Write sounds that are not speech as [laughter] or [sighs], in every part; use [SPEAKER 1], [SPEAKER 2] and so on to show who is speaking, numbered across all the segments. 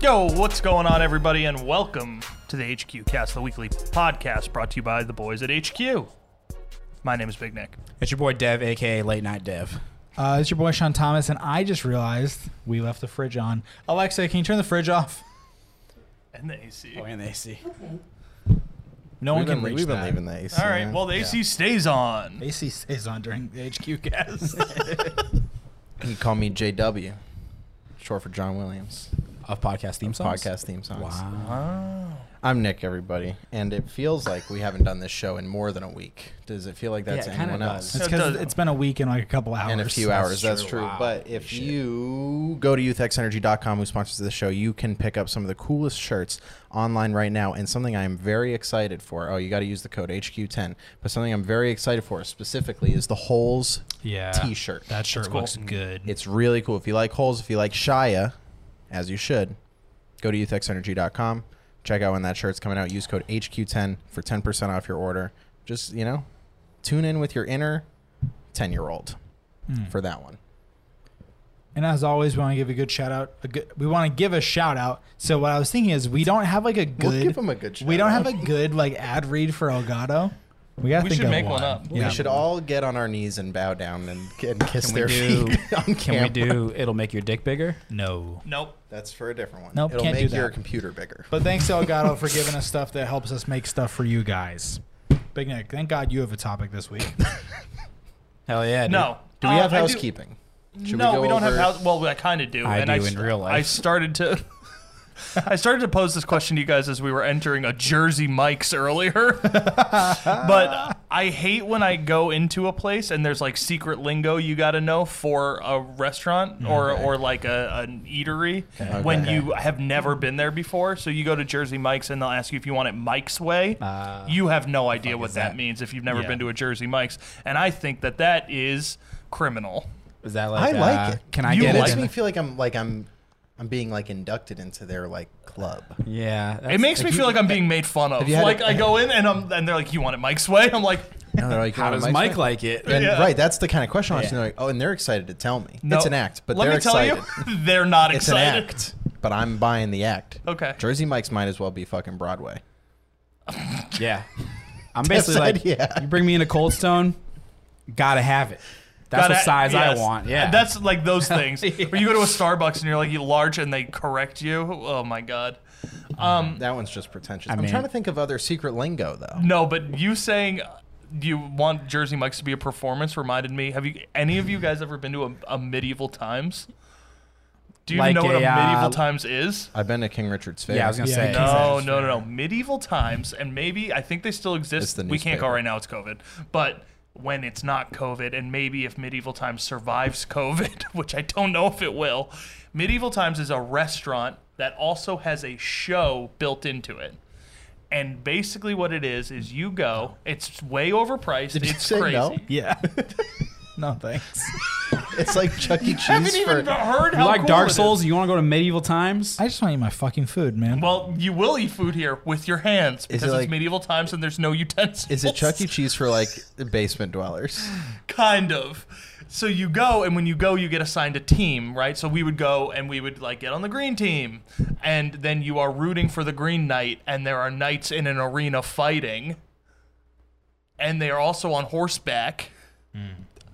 [SPEAKER 1] Yo, what's going on, everybody, and welcome to the HQ Cast, the weekly podcast brought to you by the boys at HQ. My name is Big Nick.
[SPEAKER 2] It's your boy Dev, aka Late Night Dev.
[SPEAKER 3] Uh, it's your boy Sean Thomas, and I just realized we left the fridge on. Alexa, can you turn the fridge off?
[SPEAKER 1] And the AC.
[SPEAKER 4] Oh,
[SPEAKER 2] Oh, and the AC.
[SPEAKER 3] No one
[SPEAKER 4] We've been,
[SPEAKER 3] can reach
[SPEAKER 4] we've been
[SPEAKER 3] that.
[SPEAKER 4] leaving the AC.
[SPEAKER 1] All right, well, the AC stays on.
[SPEAKER 3] AC stays on during the HQ cast.
[SPEAKER 4] you can call me JW, short for John Williams.
[SPEAKER 2] Of podcast theme songs.
[SPEAKER 4] Podcast theme songs.
[SPEAKER 2] Wow.
[SPEAKER 1] Oh.
[SPEAKER 4] I'm Nick, everybody, and it feels like we haven't done this show in more than a week. Does it feel like that's
[SPEAKER 2] Yeah, it kinda
[SPEAKER 4] anyone
[SPEAKER 2] does.
[SPEAKER 4] else?
[SPEAKER 3] it's
[SPEAKER 1] It
[SPEAKER 3] because
[SPEAKER 1] does-
[SPEAKER 3] it's been a week and like a couple hours.
[SPEAKER 4] In a few
[SPEAKER 2] That's
[SPEAKER 4] hours, that's
[SPEAKER 2] true.
[SPEAKER 4] true.
[SPEAKER 2] Wow.
[SPEAKER 4] But
[SPEAKER 2] Holy
[SPEAKER 4] if
[SPEAKER 2] shit.
[SPEAKER 4] you go to youthxenergy.com, who sponsors the show, you can pick up some of the coolest shirts online right now. And something I am very excited for. Oh, you got to use the code HQ10. But something I'm very excited for specifically is the Holes
[SPEAKER 5] yeah
[SPEAKER 4] T-shirt.
[SPEAKER 5] That shirt
[SPEAKER 1] cool.
[SPEAKER 5] looks good.
[SPEAKER 4] It's really cool. If you like holes, if you like Shia, as you should, go to youthxenergy.com. Check out when that shirt's coming out. Use code HQ10 for 10% off your order. Just, you know, tune in with your inner 10 year old for that one.
[SPEAKER 3] And as always, we want to give a good shout out. A good, we want to give a shout out. So what I was thinking is we don't have like a good.
[SPEAKER 4] We'll give him a good
[SPEAKER 3] we don't have
[SPEAKER 4] shout-out.
[SPEAKER 3] a good like ad read for Elgato. We gotta
[SPEAKER 1] We
[SPEAKER 3] think
[SPEAKER 1] should
[SPEAKER 3] of
[SPEAKER 1] make one up.
[SPEAKER 3] Yeah.
[SPEAKER 4] We should all get on our knees and bow down and, and kiss
[SPEAKER 2] Can we
[SPEAKER 4] their
[SPEAKER 2] do-
[SPEAKER 4] feet [laughs] on
[SPEAKER 2] Can
[SPEAKER 4] camera.
[SPEAKER 2] we do It'll Make Your Dick Bigger?
[SPEAKER 5] no.
[SPEAKER 1] [laughs] Nope.
[SPEAKER 4] That's for a different one.
[SPEAKER 3] Nope,
[SPEAKER 4] It'll
[SPEAKER 3] can't do
[SPEAKER 4] make your
[SPEAKER 3] that.
[SPEAKER 4] computer bigger.
[SPEAKER 3] But thanks to Elgato for giving us stuff that helps us make stuff for you guys. Big Nick, thank God you have a topic this week. [laughs]
[SPEAKER 2] Hell yeah. dude.
[SPEAKER 1] No.
[SPEAKER 4] Do we
[SPEAKER 1] Uh,
[SPEAKER 4] have
[SPEAKER 1] I do-
[SPEAKER 4] housekeeping? Should
[SPEAKER 1] no,
[SPEAKER 4] go
[SPEAKER 1] we don't have
[SPEAKER 4] over-
[SPEAKER 1] house. Well, I kind of do.
[SPEAKER 2] I do
[SPEAKER 1] s-
[SPEAKER 2] in real life.
[SPEAKER 1] I started to. [laughs] I started to pose this question to you guys as we were entering a Jersey Mike's earlier. [laughs] but I hate when I go into a place and there's like secret lingo you got to know for a restaurant or, or like a, an eatery when
[SPEAKER 4] Okay.
[SPEAKER 1] you have never been there before. So you go to Jersey Mike's and they'll ask you if you want it Mike's way.
[SPEAKER 2] Ah.
[SPEAKER 1] you have no idea what
[SPEAKER 2] is
[SPEAKER 1] that,
[SPEAKER 2] that?
[SPEAKER 1] means if you've never
[SPEAKER 2] Yeah.
[SPEAKER 1] been to a Jersey Mike's. And I think that that is criminal.
[SPEAKER 2] Is that like
[SPEAKER 4] I like
[SPEAKER 2] uh,
[SPEAKER 4] it.
[SPEAKER 2] Can I
[SPEAKER 1] You
[SPEAKER 2] get
[SPEAKER 4] it
[SPEAKER 1] like
[SPEAKER 4] makes
[SPEAKER 2] it?
[SPEAKER 4] me feel like I'm like I'm I'm being like inducted into their like club.
[SPEAKER 2] yeah. that's-
[SPEAKER 1] It makes me
[SPEAKER 2] you-
[SPEAKER 1] feel like I'm being made fun of.
[SPEAKER 4] you had
[SPEAKER 1] Like
[SPEAKER 4] a-
[SPEAKER 1] I go in and I'm and they're like, "You want it Mike's way?" I'm like,
[SPEAKER 4] No, they're like, "Oh,
[SPEAKER 2] How does Mike like it?
[SPEAKER 4] And
[SPEAKER 1] Yeah.
[SPEAKER 4] right, that's the kind of question I was
[SPEAKER 2] Yeah.
[SPEAKER 4] and they're like, oh, and they're excited to tell me.
[SPEAKER 1] no.
[SPEAKER 4] It's an act, but
[SPEAKER 1] let
[SPEAKER 4] they're
[SPEAKER 1] me tell
[SPEAKER 4] excited.
[SPEAKER 1] [laughs] you, they're not
[SPEAKER 4] It's
[SPEAKER 1] excited.
[SPEAKER 4] an act, but I'm buying the act.
[SPEAKER 1] Okay.
[SPEAKER 4] Jersey Mike's might as well be fucking Broadway.
[SPEAKER 1] [laughs]
[SPEAKER 2] yeah. I'm basically
[SPEAKER 4] said
[SPEAKER 2] like,
[SPEAKER 4] yeah.
[SPEAKER 2] you bring me in a cold stone, gotta have it. That's
[SPEAKER 1] Gotta-
[SPEAKER 2] what size
[SPEAKER 1] yes.
[SPEAKER 2] I want. Yeah.
[SPEAKER 1] that's like
[SPEAKER 2] [laughs]
[SPEAKER 1] those things. Where you go to a Starbucks and you're like, "You large," and they correct you. Oh my god. Um,
[SPEAKER 4] That one's just pretentious. I am
[SPEAKER 2] mean-
[SPEAKER 4] trying to think of other secret lingo though.
[SPEAKER 1] no, but you saying you want Jersey Mike's to be a performance reminded me. Have you any of you guys ever been to a, a medieval times? Do you
[SPEAKER 2] Like
[SPEAKER 1] know what a
[SPEAKER 2] a, uh,
[SPEAKER 1] medieval times is?
[SPEAKER 4] I've been to King Richard's Fair.
[SPEAKER 2] yeah, I was gonna
[SPEAKER 3] Yeah,
[SPEAKER 2] say
[SPEAKER 3] no.
[SPEAKER 1] No,
[SPEAKER 3] Exactly.
[SPEAKER 1] no, no, no. Medieval times, and maybe I think they still
[SPEAKER 4] It's
[SPEAKER 1] exist.
[SPEAKER 4] the
[SPEAKER 1] We can't go
[SPEAKER 4] newspaper.
[SPEAKER 1] right now; it's COVID. But when it's not COVID, and maybe if medieval times survives [laughs] COVID, which I don't know if it will, medieval times is a restaurant that also has a show built into it. And basically, what it is is you go. It's way overpriced.
[SPEAKER 4] Did you
[SPEAKER 1] it's
[SPEAKER 4] say
[SPEAKER 1] crazy.
[SPEAKER 4] no?
[SPEAKER 1] [laughs]
[SPEAKER 3] yeah. no thanks.
[SPEAKER 4] [laughs] It's like Chuck E. Cheese
[SPEAKER 1] I haven't
[SPEAKER 4] for
[SPEAKER 1] even heard
[SPEAKER 2] You
[SPEAKER 1] how
[SPEAKER 2] like
[SPEAKER 1] cool
[SPEAKER 2] Dark
[SPEAKER 1] it is.
[SPEAKER 2] Souls? You want to go to medieval times?
[SPEAKER 3] I just want to eat my fucking food, man.
[SPEAKER 1] Well, you will eat food here with your hands because it's
[SPEAKER 4] like-
[SPEAKER 1] medieval times and there's no utensils.
[SPEAKER 4] Is it Chuck E. Cheese for like basement dwellers?
[SPEAKER 1] kind of. So you go, and when you go, you get assigned a team, right? So we would go, and we would like get on the green team, and then you are rooting for the green knight, and there are knights in an arena fighting, and they are also on horseback.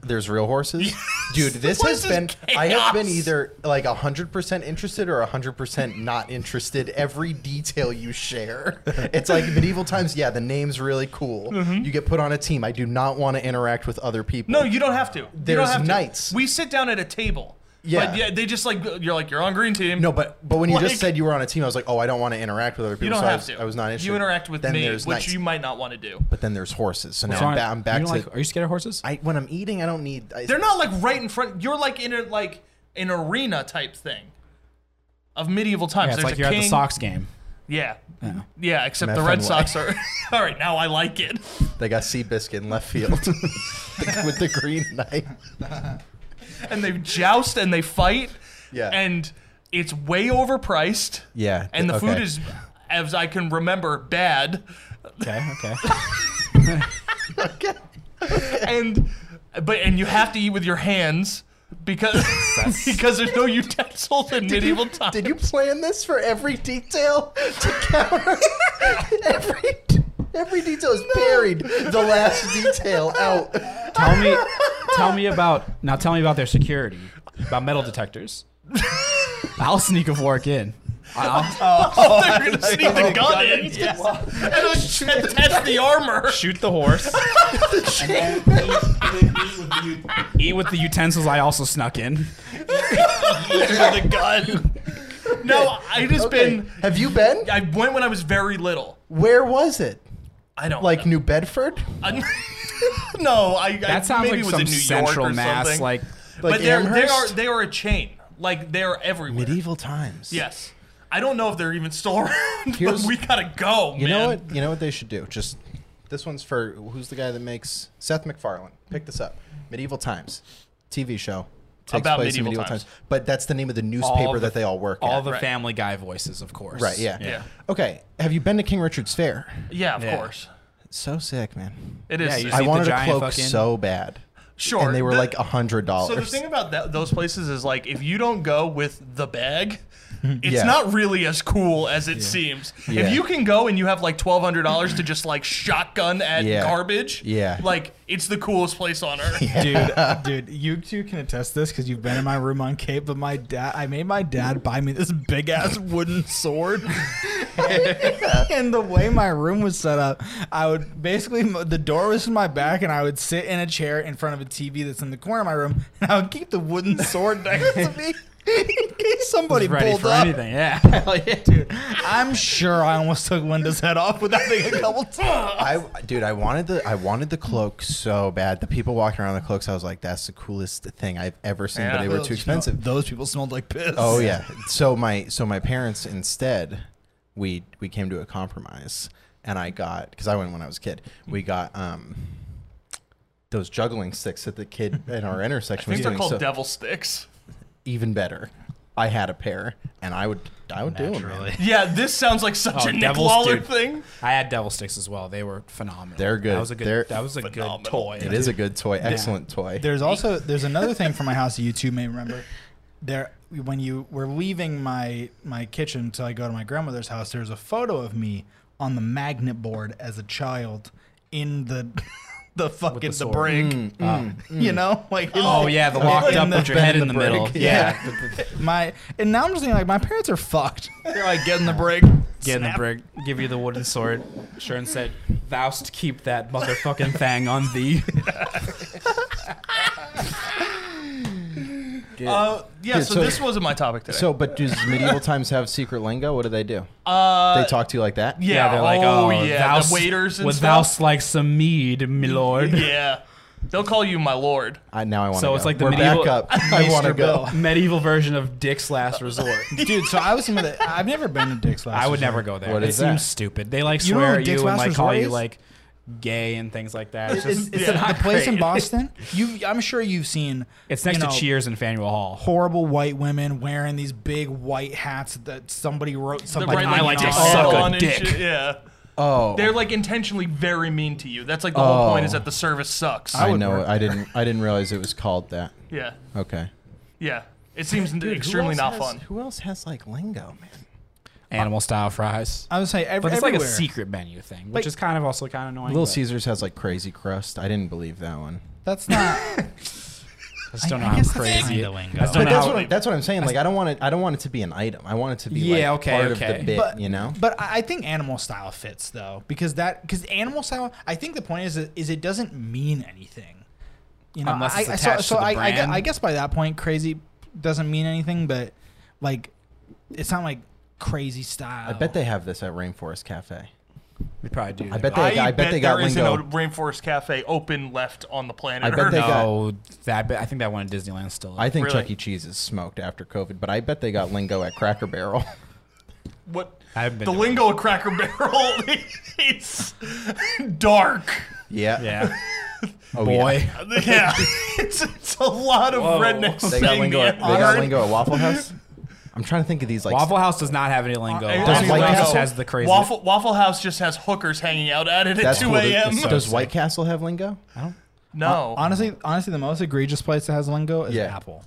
[SPEAKER 4] There's
[SPEAKER 1] [laughs]
[SPEAKER 4] real horses. Dude,
[SPEAKER 1] This
[SPEAKER 4] this has
[SPEAKER 1] is
[SPEAKER 4] been I have been
[SPEAKER 1] chaos.
[SPEAKER 4] either like 100% interested or 100% not interested every detail
[SPEAKER 1] [laughs]
[SPEAKER 4] you share. It's like medieval times, yeah, the name's really cool. You get put on a team. I do not want to interact with other people.
[SPEAKER 1] Mm-hmm. No, you don't have to. You don't
[SPEAKER 4] There's
[SPEAKER 1] have to.
[SPEAKER 4] knights.
[SPEAKER 1] We sit down at a table.
[SPEAKER 4] Yeah.
[SPEAKER 1] But yeah, they just like you're like you're on green team.
[SPEAKER 4] No, but but when you
[SPEAKER 1] Like-
[SPEAKER 4] just said you were on a team, I was like, "Oh, I don't want to interact with other people."
[SPEAKER 1] you don't
[SPEAKER 4] so I
[SPEAKER 1] have
[SPEAKER 4] was,
[SPEAKER 1] to.
[SPEAKER 4] I was not interested.
[SPEAKER 1] You interact with
[SPEAKER 4] then
[SPEAKER 1] me,
[SPEAKER 4] there's
[SPEAKER 1] which
[SPEAKER 4] knights.
[SPEAKER 1] you might not want to do.
[SPEAKER 4] But then there's horses. So now
[SPEAKER 2] What's wrong?
[SPEAKER 4] I'm, ba- I'm back
[SPEAKER 2] You
[SPEAKER 4] to
[SPEAKER 2] don't like- are you scared of horses?
[SPEAKER 4] I when I'm eating, I don't need I,
[SPEAKER 1] They're not like right in front. You're like in a like an arena type thing of medieval times.
[SPEAKER 2] yeah, it's
[SPEAKER 1] There's
[SPEAKER 2] like
[SPEAKER 1] a
[SPEAKER 2] you're
[SPEAKER 1] king.
[SPEAKER 2] at the Sox game.
[SPEAKER 1] Yeah.
[SPEAKER 2] Yeah.
[SPEAKER 1] Yeah, except the
[SPEAKER 4] Meth
[SPEAKER 1] Red
[SPEAKER 4] and
[SPEAKER 1] Sox are. [laughs] All right, now I like it.
[SPEAKER 4] they got sea biscuit in left
[SPEAKER 1] [laughs]
[SPEAKER 4] field [laughs] with the green knight.
[SPEAKER 1] And they joust and they fight.
[SPEAKER 4] Yeah.
[SPEAKER 1] And it's way overpriced.
[SPEAKER 4] Yeah,
[SPEAKER 1] And the
[SPEAKER 4] okay.
[SPEAKER 1] food is, as I can remember, bad.
[SPEAKER 2] Okay, okay.
[SPEAKER 1] And but and you have to eat with your hands. because [laughs] because there's no utensils in medieval times.
[SPEAKER 4] Did you plan this for every detail to
[SPEAKER 1] [laughs]
[SPEAKER 4] counter every every detail is buried the last detail out.
[SPEAKER 2] Tell me, tell me about now. Tell me about their security, about metal detectors. I'll sneak a fork in. I'll
[SPEAKER 1] Oh, they're gonna sneak the gun in and then attach the armor.
[SPEAKER 2] shoot the [laughs] horse. Eat with the utensils I also snuck in.
[SPEAKER 1] the gun.
[SPEAKER 4] [laughs]
[SPEAKER 1] No, I just
[SPEAKER 4] Okay,
[SPEAKER 1] been.
[SPEAKER 4] Have you been?
[SPEAKER 1] I went when I was very little.
[SPEAKER 4] Where was it?
[SPEAKER 1] I don't
[SPEAKER 4] Like
[SPEAKER 1] know.
[SPEAKER 4] New Bedford?
[SPEAKER 1] I- [laughs] no, I. I,
[SPEAKER 2] That sounds
[SPEAKER 1] maybe
[SPEAKER 2] like
[SPEAKER 1] it was
[SPEAKER 2] some
[SPEAKER 1] in New
[SPEAKER 2] central
[SPEAKER 1] York or
[SPEAKER 2] mass,
[SPEAKER 1] something.
[SPEAKER 2] like
[SPEAKER 1] but
[SPEAKER 4] Like
[SPEAKER 1] they're, they are
[SPEAKER 4] Amherst?
[SPEAKER 1] they are a chain. Like they're everywhere.
[SPEAKER 4] medieval times.
[SPEAKER 1] Yes. I don't know if they're even still around, [laughs] but
[SPEAKER 4] Here's-
[SPEAKER 1] we gotta go,
[SPEAKER 4] You
[SPEAKER 1] man.
[SPEAKER 4] know what? You know what they should do. Just this one's for who's the guy that makes Seth MacFarlane. Pick this up. Medieval Times, TV show. Takes
[SPEAKER 1] About
[SPEAKER 4] place in
[SPEAKER 1] medieval times.
[SPEAKER 4] but that's the name of the newspaper
[SPEAKER 2] the-
[SPEAKER 4] that they all work
[SPEAKER 2] all
[SPEAKER 4] at.
[SPEAKER 2] the
[SPEAKER 1] Right.
[SPEAKER 2] Family Guy voices, of course.
[SPEAKER 4] right, yeah.
[SPEAKER 1] Yeah.
[SPEAKER 4] Okay, have you been to King Richard's Fair?
[SPEAKER 1] Yeah, of
[SPEAKER 2] Yeah.
[SPEAKER 1] course.
[SPEAKER 4] It's so sick, man.
[SPEAKER 1] It is.
[SPEAKER 2] Yeah, you
[SPEAKER 1] I-
[SPEAKER 4] I
[SPEAKER 2] see the
[SPEAKER 4] wanted a
[SPEAKER 2] giant
[SPEAKER 4] cloak
[SPEAKER 2] fucking-
[SPEAKER 4] so bad,
[SPEAKER 1] sure.
[SPEAKER 4] and they were
[SPEAKER 1] The-
[SPEAKER 4] like a hundred
[SPEAKER 1] So the
[SPEAKER 4] dollars.
[SPEAKER 1] thing about that, those places is like if you don't go with the
[SPEAKER 4] [laughs]
[SPEAKER 1] bag, it's
[SPEAKER 4] Yeah.
[SPEAKER 1] not really as cool as it seems.
[SPEAKER 4] Yeah.
[SPEAKER 1] If you can go and you have like twelve hundred dollars to just like shotgun at
[SPEAKER 4] Yeah.
[SPEAKER 1] garbage,
[SPEAKER 4] Yeah.
[SPEAKER 1] like it's the coolest place on
[SPEAKER 4] [laughs]
[SPEAKER 1] earth.
[SPEAKER 5] dude, dude, you two can attest this because you've been in my room on Cape. But my dad, I made my dad buy me this big ass wooden sword. [laughs] and the way my room was set up, I would basically the door was in my back, and I would sit in a chair in front of a TV that's in the corner of my room, and I would keep the wooden sword next to me [laughs] in case somebody
[SPEAKER 2] Ready
[SPEAKER 5] pulled
[SPEAKER 2] for
[SPEAKER 5] up.
[SPEAKER 2] anything? Yeah.
[SPEAKER 5] Dude, I'm sure I almost took Linda's head off with that thing a couple times.
[SPEAKER 4] I dude, I wanted the I wanted the cloak so bad. The people walking around in the cloaks, I was like, that's the coolest thing I've ever seen.
[SPEAKER 1] Yeah.
[SPEAKER 4] But they were
[SPEAKER 1] [laughs]
[SPEAKER 4] too expensive.
[SPEAKER 5] Those people smelled like piss. [laughs]
[SPEAKER 4] Oh yeah. So my so my parents instead, we we came to a compromise, and I got because I went when I was a kid. We got um those juggling sticks that the kid in our
[SPEAKER 1] [laughs]
[SPEAKER 4] intersection
[SPEAKER 1] I think
[SPEAKER 4] was
[SPEAKER 1] they're
[SPEAKER 4] doing.
[SPEAKER 1] called
[SPEAKER 4] So
[SPEAKER 1] devil sticks.
[SPEAKER 4] even better, I had a pair, and I would I would do them.
[SPEAKER 2] Naturally.
[SPEAKER 4] man.
[SPEAKER 1] Yeah, this sounds like such
[SPEAKER 2] Oh,
[SPEAKER 1] a Nick
[SPEAKER 2] devils,
[SPEAKER 1] Lawler
[SPEAKER 2] dude.
[SPEAKER 1] thing.
[SPEAKER 2] I had devil sticks as well. They were phenomenal.
[SPEAKER 4] They're good.
[SPEAKER 2] That was a good.
[SPEAKER 4] They're
[SPEAKER 2] that was a
[SPEAKER 1] phenomenal.
[SPEAKER 2] good toy.
[SPEAKER 4] It is a good toy, excellent toy.
[SPEAKER 5] There's also there's another thing from my house you two may remember. There when you were leaving my my kitchen to I go to my grandmother's house, there's a photo of me on the magnet board as a child in the [laughs] the fucking the,
[SPEAKER 2] sword.
[SPEAKER 5] break.
[SPEAKER 2] Mm.
[SPEAKER 5] You know? Like in
[SPEAKER 2] Oh
[SPEAKER 5] the-
[SPEAKER 2] yeah, the
[SPEAKER 5] in
[SPEAKER 2] locked
[SPEAKER 5] the-
[SPEAKER 2] up with your head in the,
[SPEAKER 4] brick.
[SPEAKER 2] middle.
[SPEAKER 4] Yeah.
[SPEAKER 2] Yeah,
[SPEAKER 5] [laughs] My and now I'm just thinking like my parents are fucked. They're like getting the break.
[SPEAKER 2] get in the
[SPEAKER 5] Snap.
[SPEAKER 2] brick, give you the wooden sword. Sure and said, "Thou'st keep that
[SPEAKER 5] [laughs]
[SPEAKER 2] motherfucking thing on thee."
[SPEAKER 1] Uh, yeah,
[SPEAKER 4] Dude,
[SPEAKER 1] so,
[SPEAKER 4] so-
[SPEAKER 1] this wasn't my topic today.
[SPEAKER 4] So, but does medieval times have secret lingo? What do they do?
[SPEAKER 1] uh,
[SPEAKER 4] they talk to you like
[SPEAKER 2] [laughs]
[SPEAKER 4] that?
[SPEAKER 1] yeah,
[SPEAKER 2] they're like, "Oh,
[SPEAKER 1] yeah,
[SPEAKER 2] thou'st-
[SPEAKER 1] the waiters and
[SPEAKER 2] would
[SPEAKER 1] stuff.
[SPEAKER 2] thou'st like some mead, my lord."
[SPEAKER 1] yeah, they'll call you my lord.
[SPEAKER 4] I, now I want to.
[SPEAKER 2] So it's like the
[SPEAKER 4] We're
[SPEAKER 2] medieval-
[SPEAKER 4] back up. I want to
[SPEAKER 2] Mr.
[SPEAKER 4] go.
[SPEAKER 2] Bill. [laughs] Medieval version of Dick's Last
[SPEAKER 5] [laughs]
[SPEAKER 2] Resort.
[SPEAKER 5] Dude, so I was thinking about that. I've never been to Dick's last
[SPEAKER 2] I would
[SPEAKER 5] resort.
[SPEAKER 2] never go there.
[SPEAKER 4] What
[SPEAKER 2] it
[SPEAKER 4] is that?
[SPEAKER 2] seems stupid. They like
[SPEAKER 5] You know
[SPEAKER 2] swear
[SPEAKER 5] what
[SPEAKER 2] at
[SPEAKER 5] Dick's
[SPEAKER 2] you and
[SPEAKER 5] Last
[SPEAKER 2] like call
[SPEAKER 5] Resort
[SPEAKER 2] you
[SPEAKER 5] is?
[SPEAKER 2] like gay and things like that. [laughs] It's
[SPEAKER 5] It's,
[SPEAKER 2] just
[SPEAKER 5] it's
[SPEAKER 1] yeah.
[SPEAKER 5] the- the
[SPEAKER 2] [laughs]
[SPEAKER 5] place in
[SPEAKER 2] great.
[SPEAKER 5] Boston. You, I'm sure you've seen.
[SPEAKER 2] it's next
[SPEAKER 5] you know,
[SPEAKER 2] to Cheers in Faneuil Hall.
[SPEAKER 5] horrible white women wearing these big white hats that somebody wrote something
[SPEAKER 2] right,
[SPEAKER 5] on.
[SPEAKER 2] I like to
[SPEAKER 1] dick on
[SPEAKER 2] suck a
[SPEAKER 1] and
[SPEAKER 2] dick.
[SPEAKER 1] shit, Yeah.
[SPEAKER 4] Oh,
[SPEAKER 1] They're like intentionally very mean to you. That's like the whole point is that the service sucks.
[SPEAKER 4] I,
[SPEAKER 5] would
[SPEAKER 4] know.
[SPEAKER 5] work
[SPEAKER 4] it. I didn't. I didn't realize it was called that.
[SPEAKER 1] yeah.
[SPEAKER 4] Okay.
[SPEAKER 1] Yeah. It seems
[SPEAKER 4] Dude, who
[SPEAKER 1] extremely
[SPEAKER 4] else
[SPEAKER 1] not
[SPEAKER 4] has-
[SPEAKER 1] fun.
[SPEAKER 4] Who else has like lingo, man?
[SPEAKER 2] Animal style fries.
[SPEAKER 5] I would say ev-
[SPEAKER 2] But it's like
[SPEAKER 5] everywhere.
[SPEAKER 2] a secret menu thing, which
[SPEAKER 5] Like-
[SPEAKER 2] is kind of also kind of annoying.
[SPEAKER 4] Little
[SPEAKER 2] but
[SPEAKER 4] Caesars has like crazy crust. I didn't believe that one.
[SPEAKER 2] [laughs]
[SPEAKER 5] That's not.
[SPEAKER 2] I just don't
[SPEAKER 5] I
[SPEAKER 2] know how
[SPEAKER 5] guess that's
[SPEAKER 2] crazy.
[SPEAKER 5] kinda
[SPEAKER 2] It,
[SPEAKER 5] lingo.
[SPEAKER 2] I just
[SPEAKER 4] But
[SPEAKER 2] don't know
[SPEAKER 4] that's
[SPEAKER 2] how
[SPEAKER 4] what, I'm, that's what I'm saying. Like I don't want it. I don't want it to be an item. I want it to be
[SPEAKER 2] Yeah,
[SPEAKER 4] like
[SPEAKER 2] okay,
[SPEAKER 4] part of
[SPEAKER 2] okay.
[SPEAKER 4] the bit.
[SPEAKER 5] But-
[SPEAKER 4] you know.
[SPEAKER 5] But I I think animal style fits though, because that because animal style. I think the point is that- is it doesn't mean anything. You know,
[SPEAKER 2] Unless it's
[SPEAKER 5] I,
[SPEAKER 2] attached
[SPEAKER 5] so, so
[SPEAKER 2] to the
[SPEAKER 5] I, I, gue-
[SPEAKER 2] brand.
[SPEAKER 5] I guess by that point, crazy doesn't mean anything. But like, it's not like crazy style.
[SPEAKER 4] I bet they have this at Rainforest Cafe.
[SPEAKER 2] we probably do.
[SPEAKER 4] I bet they. I, bet they got
[SPEAKER 1] there isn't
[SPEAKER 4] lingo.
[SPEAKER 1] a Rainforest Cafe open left on the planet
[SPEAKER 4] I bet
[SPEAKER 1] Earth.
[SPEAKER 4] they got-
[SPEAKER 2] No, that bit, I think that one at Disneyland still.
[SPEAKER 4] I think
[SPEAKER 1] Really?
[SPEAKER 4] Chuck E. Cheese is smoked after COVID, but I bet they got lingo at Cracker Barrel. [laughs]
[SPEAKER 1] what
[SPEAKER 2] I haven't been
[SPEAKER 1] the
[SPEAKER 2] to
[SPEAKER 1] lingo of Cracker Barrel [laughs] it's [laughs] dark.
[SPEAKER 4] yeah.
[SPEAKER 2] yeah,
[SPEAKER 4] Oh,
[SPEAKER 2] boy.
[SPEAKER 4] yeah.
[SPEAKER 1] Yeah. it's, it's a lot of
[SPEAKER 2] Whoa.
[SPEAKER 1] rednecks
[SPEAKER 4] [laughs] They
[SPEAKER 1] saying
[SPEAKER 4] got lingo.
[SPEAKER 1] the
[SPEAKER 4] At, they got
[SPEAKER 1] N-word.
[SPEAKER 4] lingo at Waffle House. I'm trying to think of these
[SPEAKER 2] [laughs]
[SPEAKER 4] like
[SPEAKER 2] Waffle House does not have any lingo.
[SPEAKER 1] I- I
[SPEAKER 4] Does
[SPEAKER 1] mean,
[SPEAKER 4] White
[SPEAKER 1] like,
[SPEAKER 4] House
[SPEAKER 1] so
[SPEAKER 2] has the crazy.
[SPEAKER 1] Waffle Waffle House just has hookers hanging out at it at
[SPEAKER 4] That's
[SPEAKER 1] two
[SPEAKER 4] cool.
[SPEAKER 1] a.m.
[SPEAKER 4] Does, does White Castle have lingo? I don't.
[SPEAKER 1] No.
[SPEAKER 5] Honestly, honestly, the most egregious place that has lingo is
[SPEAKER 4] Yeah.
[SPEAKER 5] Apple.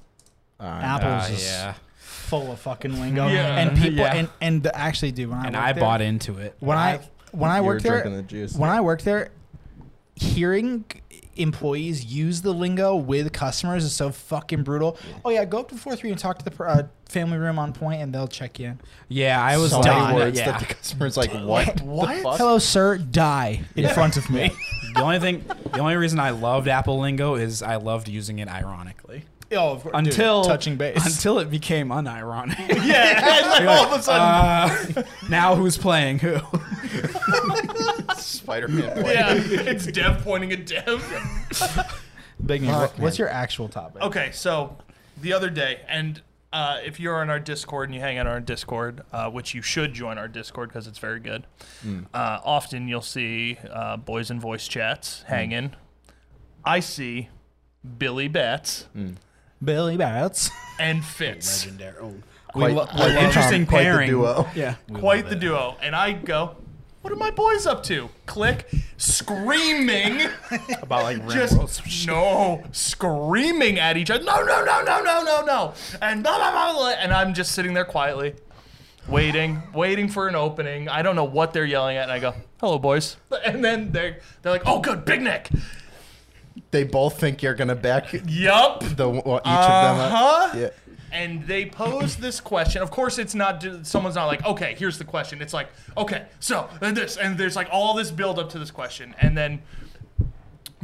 [SPEAKER 4] Uh,
[SPEAKER 5] Apple's
[SPEAKER 2] Ah,
[SPEAKER 5] just
[SPEAKER 2] yeah.
[SPEAKER 5] full of fucking lingo,
[SPEAKER 1] Yeah.
[SPEAKER 5] and people
[SPEAKER 2] Yeah.
[SPEAKER 5] and and the, actually, dude, when I
[SPEAKER 2] And
[SPEAKER 5] worked
[SPEAKER 2] I
[SPEAKER 5] there-
[SPEAKER 2] bought into it.
[SPEAKER 5] when I when I
[SPEAKER 4] you were
[SPEAKER 5] worked there,
[SPEAKER 4] drinking the juice.
[SPEAKER 5] when I worked there, hearing employees use the lingo with customers is so fucking brutal. Oh yeah, go up to floor three and talk to the per- uh, family room on point, and they'll check you in.
[SPEAKER 2] Yeah, I was
[SPEAKER 5] So
[SPEAKER 2] like,
[SPEAKER 5] many
[SPEAKER 2] what-
[SPEAKER 5] words
[SPEAKER 2] yeah.
[SPEAKER 4] the customer's like, what? the fuck?" [laughs]
[SPEAKER 5] Hello, sir. Die in front of me.
[SPEAKER 2] the only thing, the only reason I loved Apple lingo is I loved using it ironically
[SPEAKER 5] oh, of course, dude,
[SPEAKER 2] until
[SPEAKER 5] touching base.
[SPEAKER 2] until it became unironic.
[SPEAKER 1] yeah. like, [laughs] all of a sudden.
[SPEAKER 2] uh, [laughs] now who's playing who?
[SPEAKER 1] [laughs]
[SPEAKER 4] "Uh, Spider-Man. boy.
[SPEAKER 1] yeah.
[SPEAKER 2] [laughs]
[SPEAKER 1] It's Dev pointing at Dev.
[SPEAKER 5] Big man,
[SPEAKER 4] Fuck,
[SPEAKER 5] what's
[SPEAKER 4] man.
[SPEAKER 5] your actual topic?
[SPEAKER 1] Okay, so the other day, and uh, if you're on our Discord and you hang out on our Discord, uh, which you should join our Discord because it's very good, uh, often you'll see uh, boys in voice chats hanging. I see Billy Betts
[SPEAKER 5] Billy Bats.
[SPEAKER 1] and Fitz.
[SPEAKER 4] Quite,
[SPEAKER 5] lo-
[SPEAKER 4] quite
[SPEAKER 2] Interesting
[SPEAKER 4] quite the
[SPEAKER 2] pairing.
[SPEAKER 4] duo.
[SPEAKER 2] Yeah.
[SPEAKER 1] Quite the duo. And I go, What are my boys up to? Click, screaming.
[SPEAKER 2] [laughs] About
[SPEAKER 1] [laughs]
[SPEAKER 2] like
[SPEAKER 1] just no screaming at each other. No, no, no, no, no, no, no. And blah, blah, blah, blah. and I'm just sitting there quietly, waiting, waiting for an opening. I don't know what they're yelling at, and I go, "Hello, boys." [laughs] And then they are they're like, "Oh, good, Big Nick."
[SPEAKER 4] They both think you're gonna back the
[SPEAKER 1] Yup.
[SPEAKER 4] w- each
[SPEAKER 1] Uh-huh.
[SPEAKER 4] of them up.
[SPEAKER 1] And they pose this question. Of course, it's not someone's not like, okay, here's the question. It's like, okay, so and this and there's like all this build up to this question, and then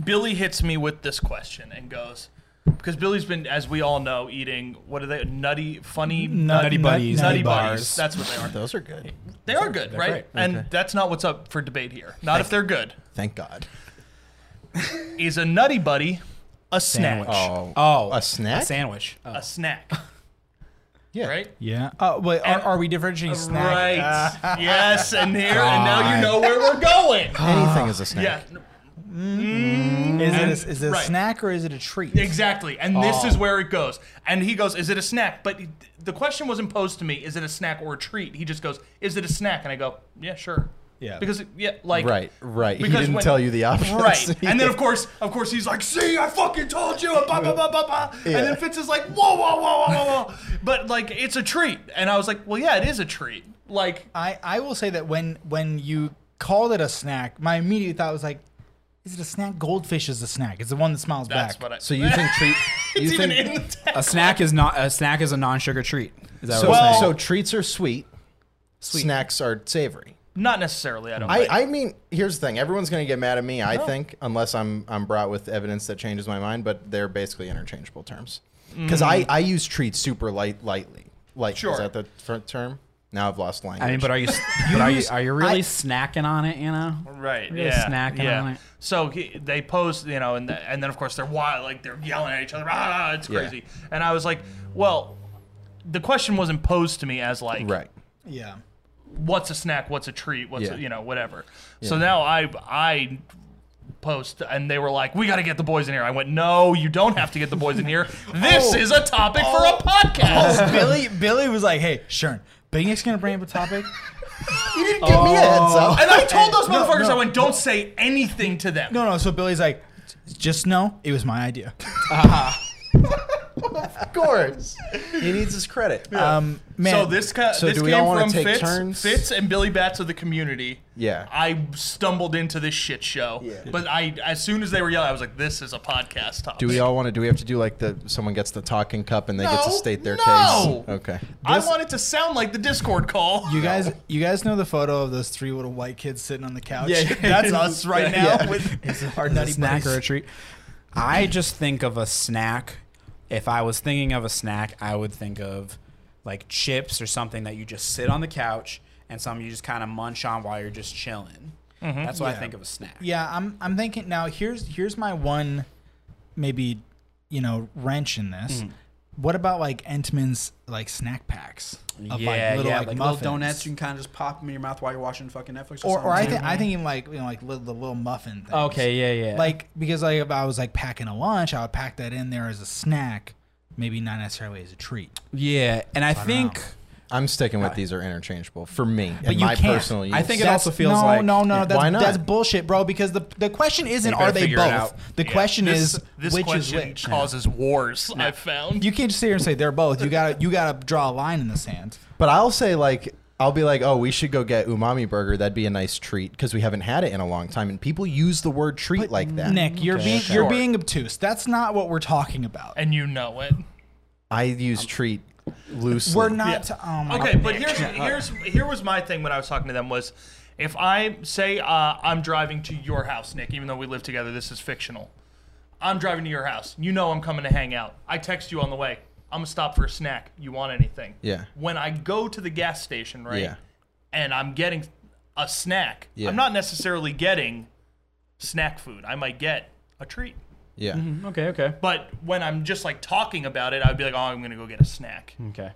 [SPEAKER 1] Billy hits me with this question and goes, because Billy's been, as we all know, eating what are they? Nutty, funny,
[SPEAKER 2] Nutty Buddies.
[SPEAKER 1] nutty
[SPEAKER 2] Nutty
[SPEAKER 1] buddies.
[SPEAKER 2] Bars.
[SPEAKER 1] That's what they
[SPEAKER 4] Yeah,
[SPEAKER 1] are.
[SPEAKER 4] those are good.
[SPEAKER 1] They are good, right?
[SPEAKER 2] great.
[SPEAKER 1] And that's not what's up for debate here. Not if they're good.
[SPEAKER 4] Thank God.
[SPEAKER 1] Is a nutty buddy a snack?
[SPEAKER 2] Sandwich.
[SPEAKER 4] Oh,
[SPEAKER 2] Oh,
[SPEAKER 4] a snack.
[SPEAKER 2] A sandwich. Oh.
[SPEAKER 1] A
[SPEAKER 2] [laughs]
[SPEAKER 1] snack,
[SPEAKER 4] yeah.
[SPEAKER 1] right?
[SPEAKER 5] Yeah. Oh wait, are,
[SPEAKER 1] And-
[SPEAKER 5] are we differentiating snack? Uh,
[SPEAKER 1] Right.
[SPEAKER 4] [laughs]
[SPEAKER 1] yes, and here and now you
[SPEAKER 2] God.
[SPEAKER 1] know where we're going.
[SPEAKER 4] Anything is a snack.
[SPEAKER 1] yeah,
[SPEAKER 5] Is it a, is it a
[SPEAKER 1] Right.
[SPEAKER 5] snack or is it a treat?
[SPEAKER 1] exactly. And this
[SPEAKER 4] Oh.
[SPEAKER 1] is where it goes. And he goes, "Is it a snack?" But he- the question wasn't posed to me, "Is it a snack or a treat?" He just goes, "Is it a snack?" And I go, "Yeah, sure."
[SPEAKER 5] Yeah.
[SPEAKER 1] Because yeah, like
[SPEAKER 4] Right. Right. he
[SPEAKER 1] Because
[SPEAKER 4] didn't
[SPEAKER 1] when-
[SPEAKER 4] tell you the options.
[SPEAKER 1] [laughs]
[SPEAKER 4] [laughs]
[SPEAKER 1] Right. And then of course, of course, he's like, "See, I fucking told you." And, blah, blah, blah, blah, blah.
[SPEAKER 4] Yeah.
[SPEAKER 1] and then Fitz is like, "Whoa, whoa, whoa, whoa, whoa, whoa!" But like, it's a treat. And I was like, "Well, yeah, it is a treat." Like,
[SPEAKER 5] I, I will say that when when you called it a snack, my immediate thought was like, is it a snack? Goldfish is a snack. It's the one that smiles
[SPEAKER 1] that's
[SPEAKER 5] back.
[SPEAKER 1] what I. [laughs]
[SPEAKER 4] so you think treat? [laughs]
[SPEAKER 1] it's
[SPEAKER 4] you
[SPEAKER 1] even
[SPEAKER 4] think,
[SPEAKER 1] in the text.
[SPEAKER 2] A snack is not a snack is a non-sugar treat. Is that
[SPEAKER 4] [laughs] so,
[SPEAKER 2] what
[SPEAKER 1] Well-
[SPEAKER 4] so treats are sweet, Snacks are savory.
[SPEAKER 1] Not necessarily. I don't. like.
[SPEAKER 4] I, I mean, here's the thing. Everyone's gonna get mad at me. I think, unless I'm I'm brought with evidence that changes my mind. But they're basically interchangeable terms. Because I, I use treats super light lightly. Like
[SPEAKER 1] Sure.
[SPEAKER 4] is that the fir- term? Now I've lost language.
[SPEAKER 2] I mean, but are you, [laughs] but are you are you really snacking on it? You know.
[SPEAKER 1] Right.
[SPEAKER 2] Really
[SPEAKER 1] yeah.
[SPEAKER 2] snacking
[SPEAKER 1] yeah.
[SPEAKER 2] on it.
[SPEAKER 1] So he, they post, you know, and the, and then of course they're wild, like they're yelling at each other. Ah, it's
[SPEAKER 4] Yeah.
[SPEAKER 1] crazy. And I was like, well, the question wasn't posed to me as like,
[SPEAKER 4] right.
[SPEAKER 5] Yeah.
[SPEAKER 1] what's a snack, what's a treat, what's
[SPEAKER 4] Yeah.
[SPEAKER 1] a, you know, whatever. So now I I post and they were like, we got to get the boys in here. I went, no, you don't have to get the boys in here. This is a topic for a podcast.
[SPEAKER 5] Oh, [laughs] Billy Billy was like, hey, Shern, Big Nick's gonna bring up a topic.
[SPEAKER 4] You didn't give me a heads up.
[SPEAKER 1] And I told those
[SPEAKER 5] No,
[SPEAKER 1] motherfuckers, I
[SPEAKER 5] no,
[SPEAKER 1] went, don't say anything to them.
[SPEAKER 5] No, no. So Billy's like, just know it was my idea.
[SPEAKER 4] [laughs] Of course. [laughs] he needs his credit.
[SPEAKER 5] Um, man.
[SPEAKER 1] So this ca-
[SPEAKER 4] So
[SPEAKER 1] this
[SPEAKER 4] do we
[SPEAKER 1] came
[SPEAKER 4] all wanna
[SPEAKER 1] from
[SPEAKER 4] take
[SPEAKER 1] Fitz,
[SPEAKER 4] turns?
[SPEAKER 1] Fitz and Billy Bats of the community.
[SPEAKER 4] Yeah.
[SPEAKER 1] I stumbled into this shit show.
[SPEAKER 4] Yeah.
[SPEAKER 1] But I, as soon as they were yelling, I was like, "This is a podcast topic."
[SPEAKER 4] do we all want to? Do we have to do like the someone gets the talking cup and they get to
[SPEAKER 1] No,
[SPEAKER 4] state their
[SPEAKER 1] no.
[SPEAKER 4] case? Okay.
[SPEAKER 1] I want it to sound like the Discord call.
[SPEAKER 5] You guys, you guys know the photo of those three little white kids sitting on the couch.
[SPEAKER 2] Yeah, yeah.
[SPEAKER 5] that's us right now
[SPEAKER 4] Yeah.
[SPEAKER 5] with our
[SPEAKER 2] Is
[SPEAKER 5] nutty
[SPEAKER 2] a snack
[SPEAKER 5] buddies.
[SPEAKER 2] or a treat? I just think of a snack. If I was thinking of a snack, I would think of like chips or something that you just sit on the couch and something you just kind of munch on while you're just chilling. That's what I
[SPEAKER 5] Yeah.
[SPEAKER 2] think of a snack.
[SPEAKER 5] Yeah, I'm I'm thinking now here's here's my one maybe you know wrench in this.
[SPEAKER 2] Mm-hmm.
[SPEAKER 5] What about like Entman's like snack packs of
[SPEAKER 2] yeah,
[SPEAKER 5] like little
[SPEAKER 2] yeah,
[SPEAKER 5] like,
[SPEAKER 2] like
[SPEAKER 5] muffins.
[SPEAKER 2] little donuts you can kind of just pop them in your mouth while you're watching fucking Netflix. Or,
[SPEAKER 5] or or I
[SPEAKER 2] something.
[SPEAKER 5] think I think even like you know like little, the little muffin things.
[SPEAKER 2] okay, yeah, yeah.
[SPEAKER 5] Like because like if I was like packing a lunch, I would pack that in there as a snack, maybe not necessarily as a treat.
[SPEAKER 2] yeah, and I think
[SPEAKER 4] I'm sticking with these are interchangeable for me.
[SPEAKER 2] But
[SPEAKER 4] in
[SPEAKER 2] you
[SPEAKER 4] my
[SPEAKER 2] can't.
[SPEAKER 4] personal use.
[SPEAKER 2] I think it
[SPEAKER 4] That's-
[SPEAKER 5] That's-
[SPEAKER 2] also feels
[SPEAKER 5] no,
[SPEAKER 2] like-
[SPEAKER 5] no, no,
[SPEAKER 4] Yeah.
[SPEAKER 5] That's,
[SPEAKER 4] Why not?
[SPEAKER 5] That's bullshit, bro. Because the the question isn't
[SPEAKER 2] better
[SPEAKER 5] are they
[SPEAKER 2] figure it
[SPEAKER 5] both.
[SPEAKER 2] out.
[SPEAKER 5] The
[SPEAKER 1] Yeah.
[SPEAKER 5] question
[SPEAKER 1] This-
[SPEAKER 5] is
[SPEAKER 1] this
[SPEAKER 5] which
[SPEAKER 1] question
[SPEAKER 5] is which.
[SPEAKER 1] causes wars. I've found.
[SPEAKER 5] You can't just sit here and say they're both. You gotta you gotta draw a line in the sand.
[SPEAKER 4] But I'll say like I'll be like, oh, we should go get umami burger. That'd be a nice treat because we haven't had it in a long time, and people use the word treat like that.
[SPEAKER 5] Nick, you're
[SPEAKER 2] Okay,
[SPEAKER 5] being
[SPEAKER 2] okay.
[SPEAKER 5] you're being obtuse. That's not what we're talking about.
[SPEAKER 1] and you know it.
[SPEAKER 4] I use treat loosely.
[SPEAKER 5] um, We're not. Oh my
[SPEAKER 1] Okay, but here's here's here was my thing when I was talking to them was, if I say uh, I'm driving to your house, Nick, even though we live together, this is fictional. I'm driving to your house. You know I'm coming to hang out. I text you on the way. I'm gonna stop for a snack. You want anything?
[SPEAKER 4] Yeah.
[SPEAKER 1] When I go to the gas station, right?
[SPEAKER 4] Yeah.
[SPEAKER 1] And I'm getting a snack.
[SPEAKER 4] Yeah.
[SPEAKER 1] I'm not necessarily getting snack food. I might get a treat.
[SPEAKER 4] Yeah.
[SPEAKER 5] Mm-hmm.
[SPEAKER 2] Okay, okay,
[SPEAKER 1] But when I'm just like talking about it, I'd be like, "Oh, I'm gonna go get a snack."
[SPEAKER 4] Hmm.
[SPEAKER 2] okay.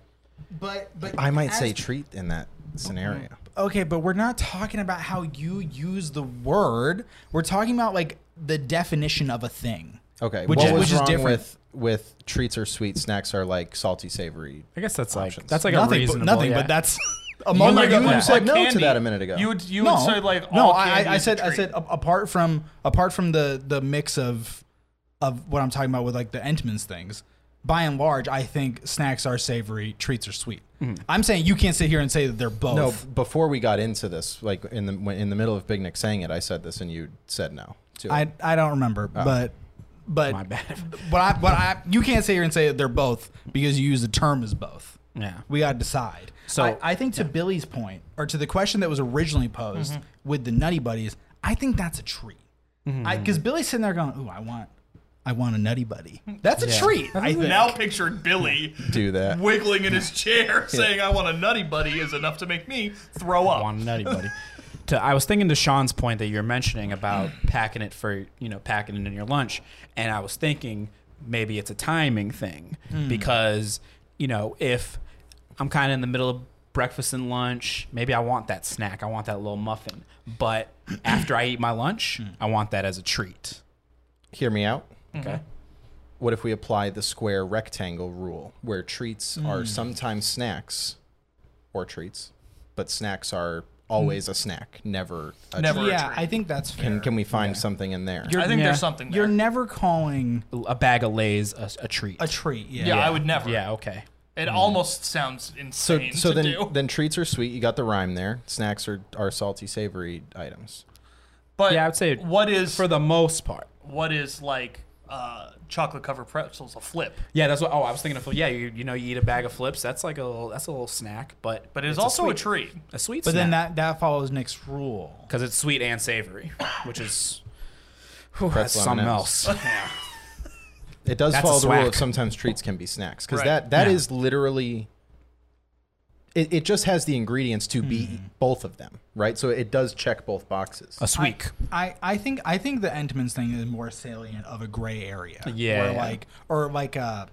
[SPEAKER 5] But but
[SPEAKER 4] I might
[SPEAKER 5] as-
[SPEAKER 4] say treat in that scenario.
[SPEAKER 5] okay, but we're not talking about how you use the word. We're talking about like the definition of a thing.
[SPEAKER 4] Okay.
[SPEAKER 5] Which
[SPEAKER 4] what
[SPEAKER 5] is-
[SPEAKER 4] was
[SPEAKER 5] which is
[SPEAKER 4] wrong
[SPEAKER 5] different.
[SPEAKER 4] with with treats or sweet snacks are like salty, savory.
[SPEAKER 2] I guess that's like
[SPEAKER 4] Options.
[SPEAKER 2] that's like a
[SPEAKER 5] nothing, but,
[SPEAKER 2] reasonable.
[SPEAKER 5] nothing.
[SPEAKER 2] yeah. [laughs]
[SPEAKER 5] But that's a
[SPEAKER 1] Oh
[SPEAKER 5] moment
[SPEAKER 1] my
[SPEAKER 5] ago.
[SPEAKER 1] God,
[SPEAKER 4] you
[SPEAKER 1] when
[SPEAKER 4] said
[SPEAKER 1] said
[SPEAKER 4] no to that a minute ago.
[SPEAKER 1] You would you
[SPEAKER 5] no,
[SPEAKER 1] would say like
[SPEAKER 5] no.
[SPEAKER 1] all
[SPEAKER 5] I,
[SPEAKER 1] candy
[SPEAKER 5] I, I
[SPEAKER 1] is a
[SPEAKER 5] said I
[SPEAKER 1] treat.
[SPEAKER 5] said a- apart from apart from the the mix of of what I'm talking about with like the Entman's things. By and large, I think snacks are savory, treats are sweet. I'm saying you can't sit here and say that they're both.
[SPEAKER 4] No, before we got into this, like in the when- in the middle of Big Nick saying it, I said this, and you said no. To it.
[SPEAKER 5] I I don't remember, but but
[SPEAKER 2] My bad.
[SPEAKER 5] [laughs] But I but I you can't sit here and say that they're both because you use the term as both.
[SPEAKER 2] Yeah.
[SPEAKER 5] We gotta decide.
[SPEAKER 2] So-
[SPEAKER 5] I, I think to Billy's point, or to the question that was originally posed with the Nutty Buddies, I think that's a treat. Because Billy's sitting there going, "Ooh, I want, I want a Nutty Buddy. That's a treat." I think.
[SPEAKER 1] Now picturing
[SPEAKER 5] [laughs]
[SPEAKER 1] Billy
[SPEAKER 4] do that.
[SPEAKER 1] wiggling in his chair, saying "I want a nutty buddy" is enough to make me throw
[SPEAKER 2] [laughs]
[SPEAKER 1] up.
[SPEAKER 2] on nutty buddy. to I was thinking to Sean's point that you're mentioning about packing it for you know packing it in your lunch, and I was thinking maybe it's a timing thing because you know if I'm kind of in the middle of breakfast and lunch, maybe I want that snack, I want that little muffin, [coughs] but after I eat my lunch, I want that as a treat.
[SPEAKER 4] Hear me out.
[SPEAKER 2] Okay.
[SPEAKER 4] What if we apply the square rectangle rule, where treats
[SPEAKER 1] Hmm.
[SPEAKER 4] are sometimes snacks, or treats, but snacks are always a snack, never a
[SPEAKER 1] Never.
[SPEAKER 4] treat.
[SPEAKER 1] for a
[SPEAKER 5] yeah,
[SPEAKER 1] treat.
[SPEAKER 5] I think that's fair.
[SPEAKER 4] Can, can we find something in there?
[SPEAKER 1] I think
[SPEAKER 2] Yeah.
[SPEAKER 1] there's something there.
[SPEAKER 5] You're never calling
[SPEAKER 2] A bag of Lay's a, Hmm. a treat.
[SPEAKER 5] a treat. Yeah.
[SPEAKER 1] yeah, I would never.
[SPEAKER 2] yeah, okay.
[SPEAKER 1] It almost sounds
[SPEAKER 4] so
[SPEAKER 1] insane
[SPEAKER 4] so
[SPEAKER 1] to
[SPEAKER 4] then
[SPEAKER 1] do.
[SPEAKER 4] then treats are sweet. You got the rhyme there. Snacks are are salty, savory items.
[SPEAKER 1] but
[SPEAKER 2] Yeah, I would say
[SPEAKER 1] what is
[SPEAKER 2] For the most part.
[SPEAKER 1] what is like uh, chocolate covered pretzels a flip,
[SPEAKER 2] Yeah, that's what. Oh, I was thinking of. Yeah, you, you know, you eat a bag of flips. That's like a little, that's a little snack, but
[SPEAKER 1] but it's, also a,
[SPEAKER 2] sweet,
[SPEAKER 1] treat.
[SPEAKER 2] a sweet.
[SPEAKER 5] But then that that follows Nick's rule.
[SPEAKER 2] because it's sweet and savory, which is whew, that's
[SPEAKER 4] Pretzel M&Ms.
[SPEAKER 2] something else. Yeah.
[SPEAKER 4] It does
[SPEAKER 2] That's a
[SPEAKER 4] follow the rule
[SPEAKER 2] swack.
[SPEAKER 4] of sometimes treats can be snacks because
[SPEAKER 1] Right.
[SPEAKER 4] that that
[SPEAKER 2] Yeah.
[SPEAKER 4] is literally. It, it just has the ingredients to
[SPEAKER 1] Hmm.
[SPEAKER 4] be both of them, right? So it does check both boxes.
[SPEAKER 2] A sweet.
[SPEAKER 5] I, I think I think the Entman's thing is more salient of a gray area.
[SPEAKER 2] Yeah.
[SPEAKER 5] Or like or like uh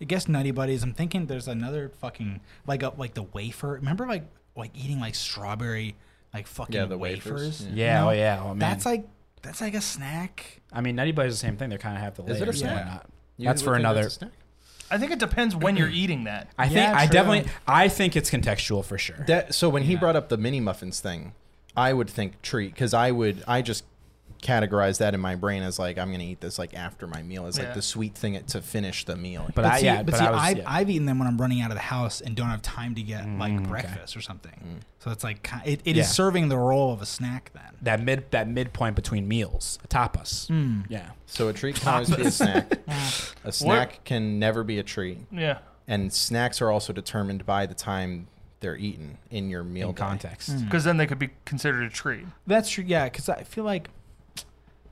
[SPEAKER 5] I guess Nutty Buddies. I'm thinking there's another fucking like a, like the wafer. Remember like like eating like strawberry like fucking
[SPEAKER 4] Yeah, the
[SPEAKER 5] wafers.
[SPEAKER 4] wafers,
[SPEAKER 5] you
[SPEAKER 2] Yeah,
[SPEAKER 5] know?
[SPEAKER 2] oh yeah, oh, man.
[SPEAKER 5] That's like that's like a snack.
[SPEAKER 2] I mean, Nutty Buddies is the same thing. They kind of have the layers.
[SPEAKER 4] it a
[SPEAKER 2] and
[SPEAKER 4] snack?
[SPEAKER 2] whatnot.
[SPEAKER 4] You
[SPEAKER 2] That's
[SPEAKER 4] would
[SPEAKER 2] for
[SPEAKER 4] think
[SPEAKER 2] another.
[SPEAKER 4] a snack?
[SPEAKER 1] [laughs] I think it depends when you're eating that.
[SPEAKER 2] I think
[SPEAKER 5] Yeah,
[SPEAKER 2] I
[SPEAKER 5] true.
[SPEAKER 2] definitely. I think it's contextual for sure.
[SPEAKER 4] That so when he brought up the mini muffins thing, I would think treat because I would I just categorize that in my brain as like I'm gonna eat this like after my meal as
[SPEAKER 1] Yeah.
[SPEAKER 4] like the sweet thing to finish the meal.
[SPEAKER 2] but,
[SPEAKER 5] But
[SPEAKER 2] I
[SPEAKER 5] see,
[SPEAKER 2] yeah,
[SPEAKER 5] but,
[SPEAKER 2] but,
[SPEAKER 5] see,
[SPEAKER 2] I was.
[SPEAKER 5] I've,
[SPEAKER 2] yeah. Mm,
[SPEAKER 5] I've eaten them when I'm running out of the house and don't have time to get like breakfast or something. So it's like ki- it, it is
[SPEAKER 2] Yeah.
[SPEAKER 5] serving the role of a snack then.
[SPEAKER 2] that mid that midpoint between meals, a tapas. Yeah.
[SPEAKER 4] so a treat can always be a snack.
[SPEAKER 1] [laughs]
[SPEAKER 4] a snack can never be a treat,
[SPEAKER 1] Yeah.
[SPEAKER 4] and snacks are also determined by the time they're eaten in your meal
[SPEAKER 2] In
[SPEAKER 4] day.
[SPEAKER 2] context.
[SPEAKER 1] Because then they could be considered a treat.
[SPEAKER 5] That's true. Yeah, because I feel like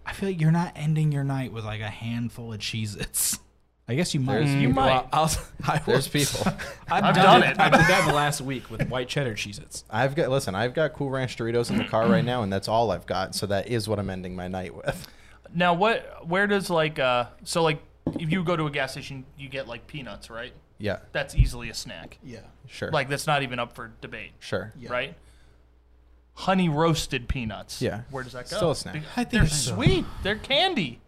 [SPEAKER 5] I feel like you're not ending your night with like a handful of Cheez-Its. I guess you might.
[SPEAKER 4] There's-
[SPEAKER 5] Mm.
[SPEAKER 4] You
[SPEAKER 2] Well,
[SPEAKER 4] might.
[SPEAKER 2] I'll, I will-
[SPEAKER 4] [laughs] There's people. [laughs]
[SPEAKER 2] I've,
[SPEAKER 1] done it.
[SPEAKER 2] I did that last week with white cheddar Cheez-Its.
[SPEAKER 4] I've got listen. I've got Cool Ranch Doritos in the car right now, and that's all I've got. So that is what I'm ending my night with.
[SPEAKER 1] Now, what? Where does like uh? So like, if you go to a gas station, you get like peanuts, right?
[SPEAKER 4] Yeah,
[SPEAKER 1] That's easily a snack.
[SPEAKER 5] yeah.
[SPEAKER 4] sure.
[SPEAKER 1] Like that's not even up for debate,
[SPEAKER 4] sure.
[SPEAKER 1] right? Honey roasted peanuts.
[SPEAKER 4] Yeah.
[SPEAKER 1] Where does that go?
[SPEAKER 4] Still a snack.
[SPEAKER 1] Be-
[SPEAKER 5] I think
[SPEAKER 1] They're
[SPEAKER 5] it's so.
[SPEAKER 1] sweet. They're candy.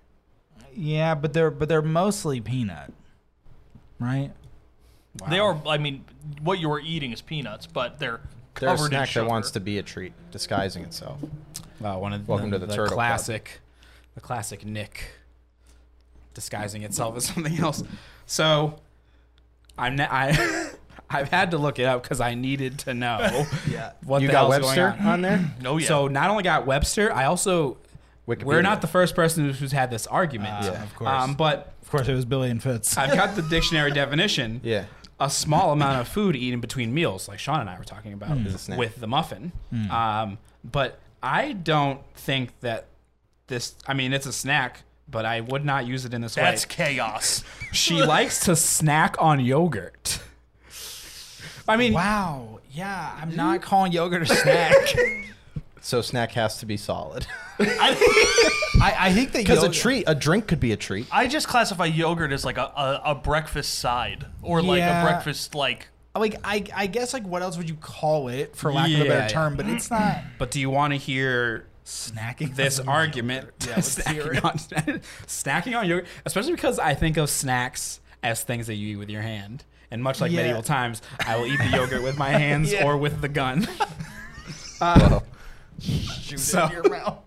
[SPEAKER 5] Yeah, but they're but they're mostly peanut, right?
[SPEAKER 1] They are. I mean, what you were eating is peanuts, but they're
[SPEAKER 4] They're a
[SPEAKER 1] covered in
[SPEAKER 4] snack
[SPEAKER 1] sugar.
[SPEAKER 4] that wants to be a treat, disguising itself.
[SPEAKER 2] Wow, one of
[SPEAKER 4] Welcome
[SPEAKER 2] the,
[SPEAKER 4] to the
[SPEAKER 2] the
[SPEAKER 4] Turtle Club.
[SPEAKER 2] classic, the classic Nick, disguising itself as something else. So, I'm ne- I, [laughs] I've had to look it up because I needed to
[SPEAKER 4] [laughs]
[SPEAKER 2] know
[SPEAKER 5] Yeah.
[SPEAKER 2] what
[SPEAKER 4] you
[SPEAKER 2] the
[SPEAKER 4] got
[SPEAKER 2] hell's
[SPEAKER 4] Webster
[SPEAKER 2] going
[SPEAKER 4] on?
[SPEAKER 2] on.
[SPEAKER 4] there?
[SPEAKER 1] No, Oh, yeah.
[SPEAKER 2] So not only got Webster, I also we're
[SPEAKER 4] Wikipedia.
[SPEAKER 2] not the first person who's- who's had this argument.
[SPEAKER 4] Yeah.
[SPEAKER 5] Of course.
[SPEAKER 2] Um, but
[SPEAKER 5] of course, it was Billy and Fitz.
[SPEAKER 2] I've got the dictionary definition.
[SPEAKER 4] [laughs] Yeah.
[SPEAKER 2] a small amount of food eaten between meals, like Sean and I were talking about
[SPEAKER 5] Hmm.
[SPEAKER 4] a snack.
[SPEAKER 2] with the muffin. Um, but I don't think that this. I mean, it's a snack, but I would not use it in this
[SPEAKER 1] that's
[SPEAKER 2] way.
[SPEAKER 1] chaos. [laughs]
[SPEAKER 4] [laughs]
[SPEAKER 2] She likes to snack on yogurt. I mean,
[SPEAKER 5] wow. Yeah, I'm not calling yogurt a snack.
[SPEAKER 4] So snack has to be solid. [laughs]
[SPEAKER 5] I, I think that
[SPEAKER 4] Because a
[SPEAKER 5] yogurt-
[SPEAKER 4] treat, a drink could be a treat.
[SPEAKER 1] I just classify yogurt as like a, a, a breakfast side or like
[SPEAKER 5] Yeah.
[SPEAKER 1] a breakfast like.
[SPEAKER 5] like I, I guess like what else would you call it for lack of a
[SPEAKER 2] Yeah.
[SPEAKER 5] better term? But it's not
[SPEAKER 2] [laughs] but do you want to hear
[SPEAKER 5] [clears throat] snacking.
[SPEAKER 2] this
[SPEAKER 5] on
[SPEAKER 2] argument? [laughs] snacking, on, snacking on yogurt, especially because I think of snacks as things that you eat with your hand. And much like
[SPEAKER 5] Yeah.
[SPEAKER 2] medieval times, I will eat the yogurt with
[SPEAKER 1] [laughs]
[SPEAKER 2] my hands
[SPEAKER 5] Yeah.
[SPEAKER 2] or with the gun. Uh,
[SPEAKER 4] Whoa.
[SPEAKER 2] So-
[SPEAKER 1] in your mouth.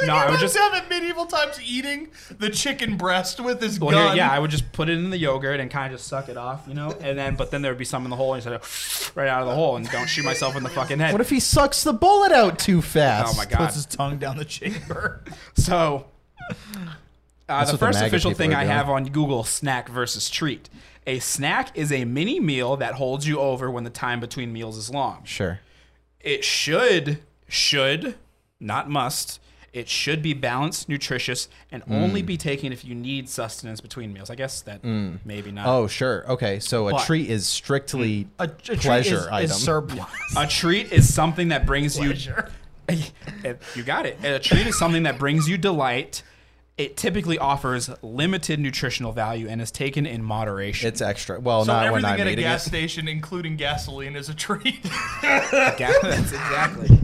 [SPEAKER 2] [laughs] no, I would
[SPEAKER 1] [laughs]
[SPEAKER 2] just
[SPEAKER 1] down at medieval times eating the chicken breast with his
[SPEAKER 2] Well,
[SPEAKER 1] gun.
[SPEAKER 2] here- yeah, I would just put it in the yogurt and kind of just suck it off, you know. And then, but then there would be some in the hole, and you said, [sighs] right out of the hole, and don't shoot myself in the fucking head.
[SPEAKER 4] What if he sucks the bullet out too fast?
[SPEAKER 2] oh my
[SPEAKER 5] puts
[SPEAKER 2] god!
[SPEAKER 5] his tongue down the chamber.
[SPEAKER 2] So, uh, the
[SPEAKER 4] what the
[SPEAKER 2] first
[SPEAKER 4] MAGA
[SPEAKER 2] official
[SPEAKER 4] people
[SPEAKER 2] thing
[SPEAKER 4] are
[SPEAKER 2] I
[SPEAKER 4] doing.
[SPEAKER 2] have on Google: snack versus treat. A snack is a mini meal that holds you over when the time between meals is long.
[SPEAKER 4] Sure.
[SPEAKER 2] It should, should, not must. It should be balanced, nutritious, and
[SPEAKER 4] Hmm.
[SPEAKER 2] only be taken if you need sustenance between meals. I guess that maybe not.
[SPEAKER 4] Oh, sure. Okay. So a
[SPEAKER 2] But- Mm.
[SPEAKER 4] treat is strictly
[SPEAKER 5] A, a treat
[SPEAKER 4] pleasure
[SPEAKER 5] is,
[SPEAKER 4] item.
[SPEAKER 5] is surplus.
[SPEAKER 2] A treat is something that brings you. you got [laughs] it. A treat is something that brings you delight. It typically offers limited nutritional value and is taken in moderation. [laughs]
[SPEAKER 5] [laughs]
[SPEAKER 4] it's extra. Well,
[SPEAKER 1] So
[SPEAKER 4] not when
[SPEAKER 1] everything
[SPEAKER 4] I'm
[SPEAKER 1] at a
[SPEAKER 4] eating
[SPEAKER 1] gas
[SPEAKER 4] it.
[SPEAKER 1] station, including gasoline, is a treat.
[SPEAKER 2] Yeah, that's exactly.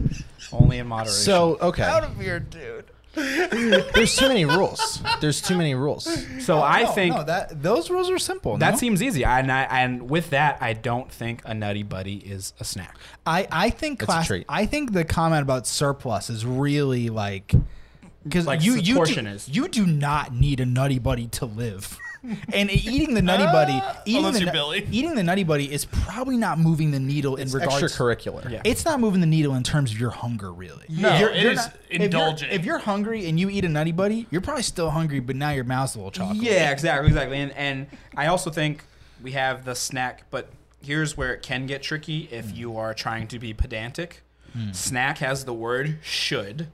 [SPEAKER 2] Only in moderation.
[SPEAKER 4] So okay.
[SPEAKER 5] of here, dude.
[SPEAKER 4] There's
[SPEAKER 2] [laughs]
[SPEAKER 4] too many rules. There's too many rules.
[SPEAKER 2] so I think
[SPEAKER 5] no, that those rules are simple.
[SPEAKER 2] that
[SPEAKER 5] no?
[SPEAKER 2] seems easy. And I, and with that, I don't think a nutty buddy is a snack.
[SPEAKER 5] I I think
[SPEAKER 4] It's a
[SPEAKER 5] class.
[SPEAKER 4] treat.
[SPEAKER 5] I think the comment about surplus is really like because
[SPEAKER 2] Like
[SPEAKER 5] you
[SPEAKER 2] the
[SPEAKER 5] you
[SPEAKER 2] portion
[SPEAKER 5] do,
[SPEAKER 2] is-
[SPEAKER 5] you do not need a nutty buddy
[SPEAKER 1] [laughs]
[SPEAKER 5] to live. And e, eating the nutty buddy, eating
[SPEAKER 1] Ah, unless
[SPEAKER 5] the,
[SPEAKER 1] you're
[SPEAKER 5] nu-
[SPEAKER 1] Billy. [laughs]
[SPEAKER 5] eating the nutty buddy is probably not moving the needle in regards.
[SPEAKER 4] Extracurricular.
[SPEAKER 2] Yeah.
[SPEAKER 5] It's not moving the needle in terms of your hunger, really.
[SPEAKER 1] No,
[SPEAKER 5] you're,
[SPEAKER 1] it
[SPEAKER 5] you're
[SPEAKER 1] is
[SPEAKER 5] not- if you're-
[SPEAKER 1] indulgent.
[SPEAKER 5] If you're, hungry and you eat a nutty buddy, you're probably still hungry, but now your mouth's a little chocolate.
[SPEAKER 2] Yeah, exactly, exactly. And and I also think we have the snack, but here's where it can get tricky if
[SPEAKER 4] Hmm.
[SPEAKER 2] you are trying to be pedantic. Snack has the word should,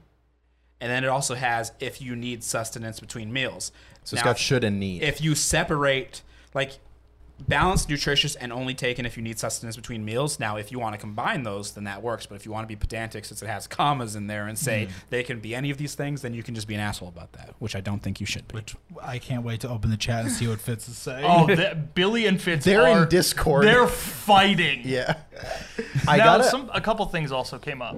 [SPEAKER 2] and then it also has if you need sustenance between meals.
[SPEAKER 4] So it's
[SPEAKER 2] Now,
[SPEAKER 4] got should and need.
[SPEAKER 2] if you separate like balanced, nutritious, and only taken if you need sustenance between meals. Now, if you want to combine those, then that works. But if you want to be pedantic, since it has commas in there, and
[SPEAKER 4] Hmm.
[SPEAKER 2] say they can be any of these things, then you can just be an asshole about that, which I don't think you should be.
[SPEAKER 5] I can't wait to open the chat and see what Fitz is saying.
[SPEAKER 1] oh, that, Billy and Fitz.
[SPEAKER 4] They're in
[SPEAKER 1] are-
[SPEAKER 4] discord.
[SPEAKER 1] They're fighting.
[SPEAKER 2] [laughs]
[SPEAKER 4] yeah. I
[SPEAKER 1] now,
[SPEAKER 4] got it.
[SPEAKER 1] some a couple things also came up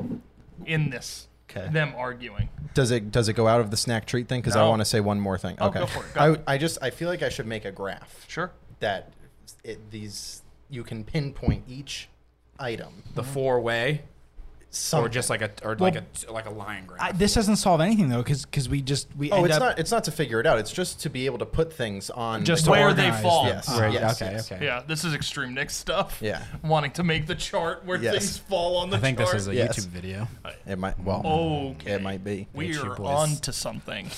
[SPEAKER 1] in this.
[SPEAKER 4] 'Kay.
[SPEAKER 1] Them arguing.
[SPEAKER 4] Does it does it go out of the snack treat thing? Because I
[SPEAKER 1] No.
[SPEAKER 4] want to say one more thing.
[SPEAKER 1] Oh,
[SPEAKER 4] okay.
[SPEAKER 1] go for it. Go.
[SPEAKER 4] I, I just I feel like I should make a graph
[SPEAKER 1] Sure.
[SPEAKER 4] that it, these you can pinpoint each item.
[SPEAKER 2] the four way or
[SPEAKER 4] Something.
[SPEAKER 2] just like a or like a like a line graph.
[SPEAKER 5] I, this doesn't solve anything though, because we just we
[SPEAKER 4] oh,
[SPEAKER 5] end
[SPEAKER 4] it's
[SPEAKER 5] up
[SPEAKER 4] not it's not to figure it out. It's just to be able to put things on
[SPEAKER 5] Just
[SPEAKER 4] the
[SPEAKER 5] to
[SPEAKER 1] Where
[SPEAKER 4] graph.
[SPEAKER 1] they
[SPEAKER 5] organize
[SPEAKER 1] fall.
[SPEAKER 5] them.
[SPEAKER 4] Yes.
[SPEAKER 2] Right,
[SPEAKER 4] yes,
[SPEAKER 2] okay,
[SPEAKER 4] yes.
[SPEAKER 2] okay.
[SPEAKER 1] Yeah, this is extreme Nick stuff.
[SPEAKER 4] Yeah.
[SPEAKER 1] Wanting to make the chart where
[SPEAKER 4] Yes.
[SPEAKER 1] things fall on the
[SPEAKER 2] I think
[SPEAKER 1] chart.
[SPEAKER 2] this is a
[SPEAKER 4] Yes.
[SPEAKER 2] YouTube video.
[SPEAKER 4] It might well.
[SPEAKER 1] Okay.
[SPEAKER 4] It might be.
[SPEAKER 1] Oh, We
[SPEAKER 2] It's your
[SPEAKER 1] are
[SPEAKER 2] boys.
[SPEAKER 1] on to something.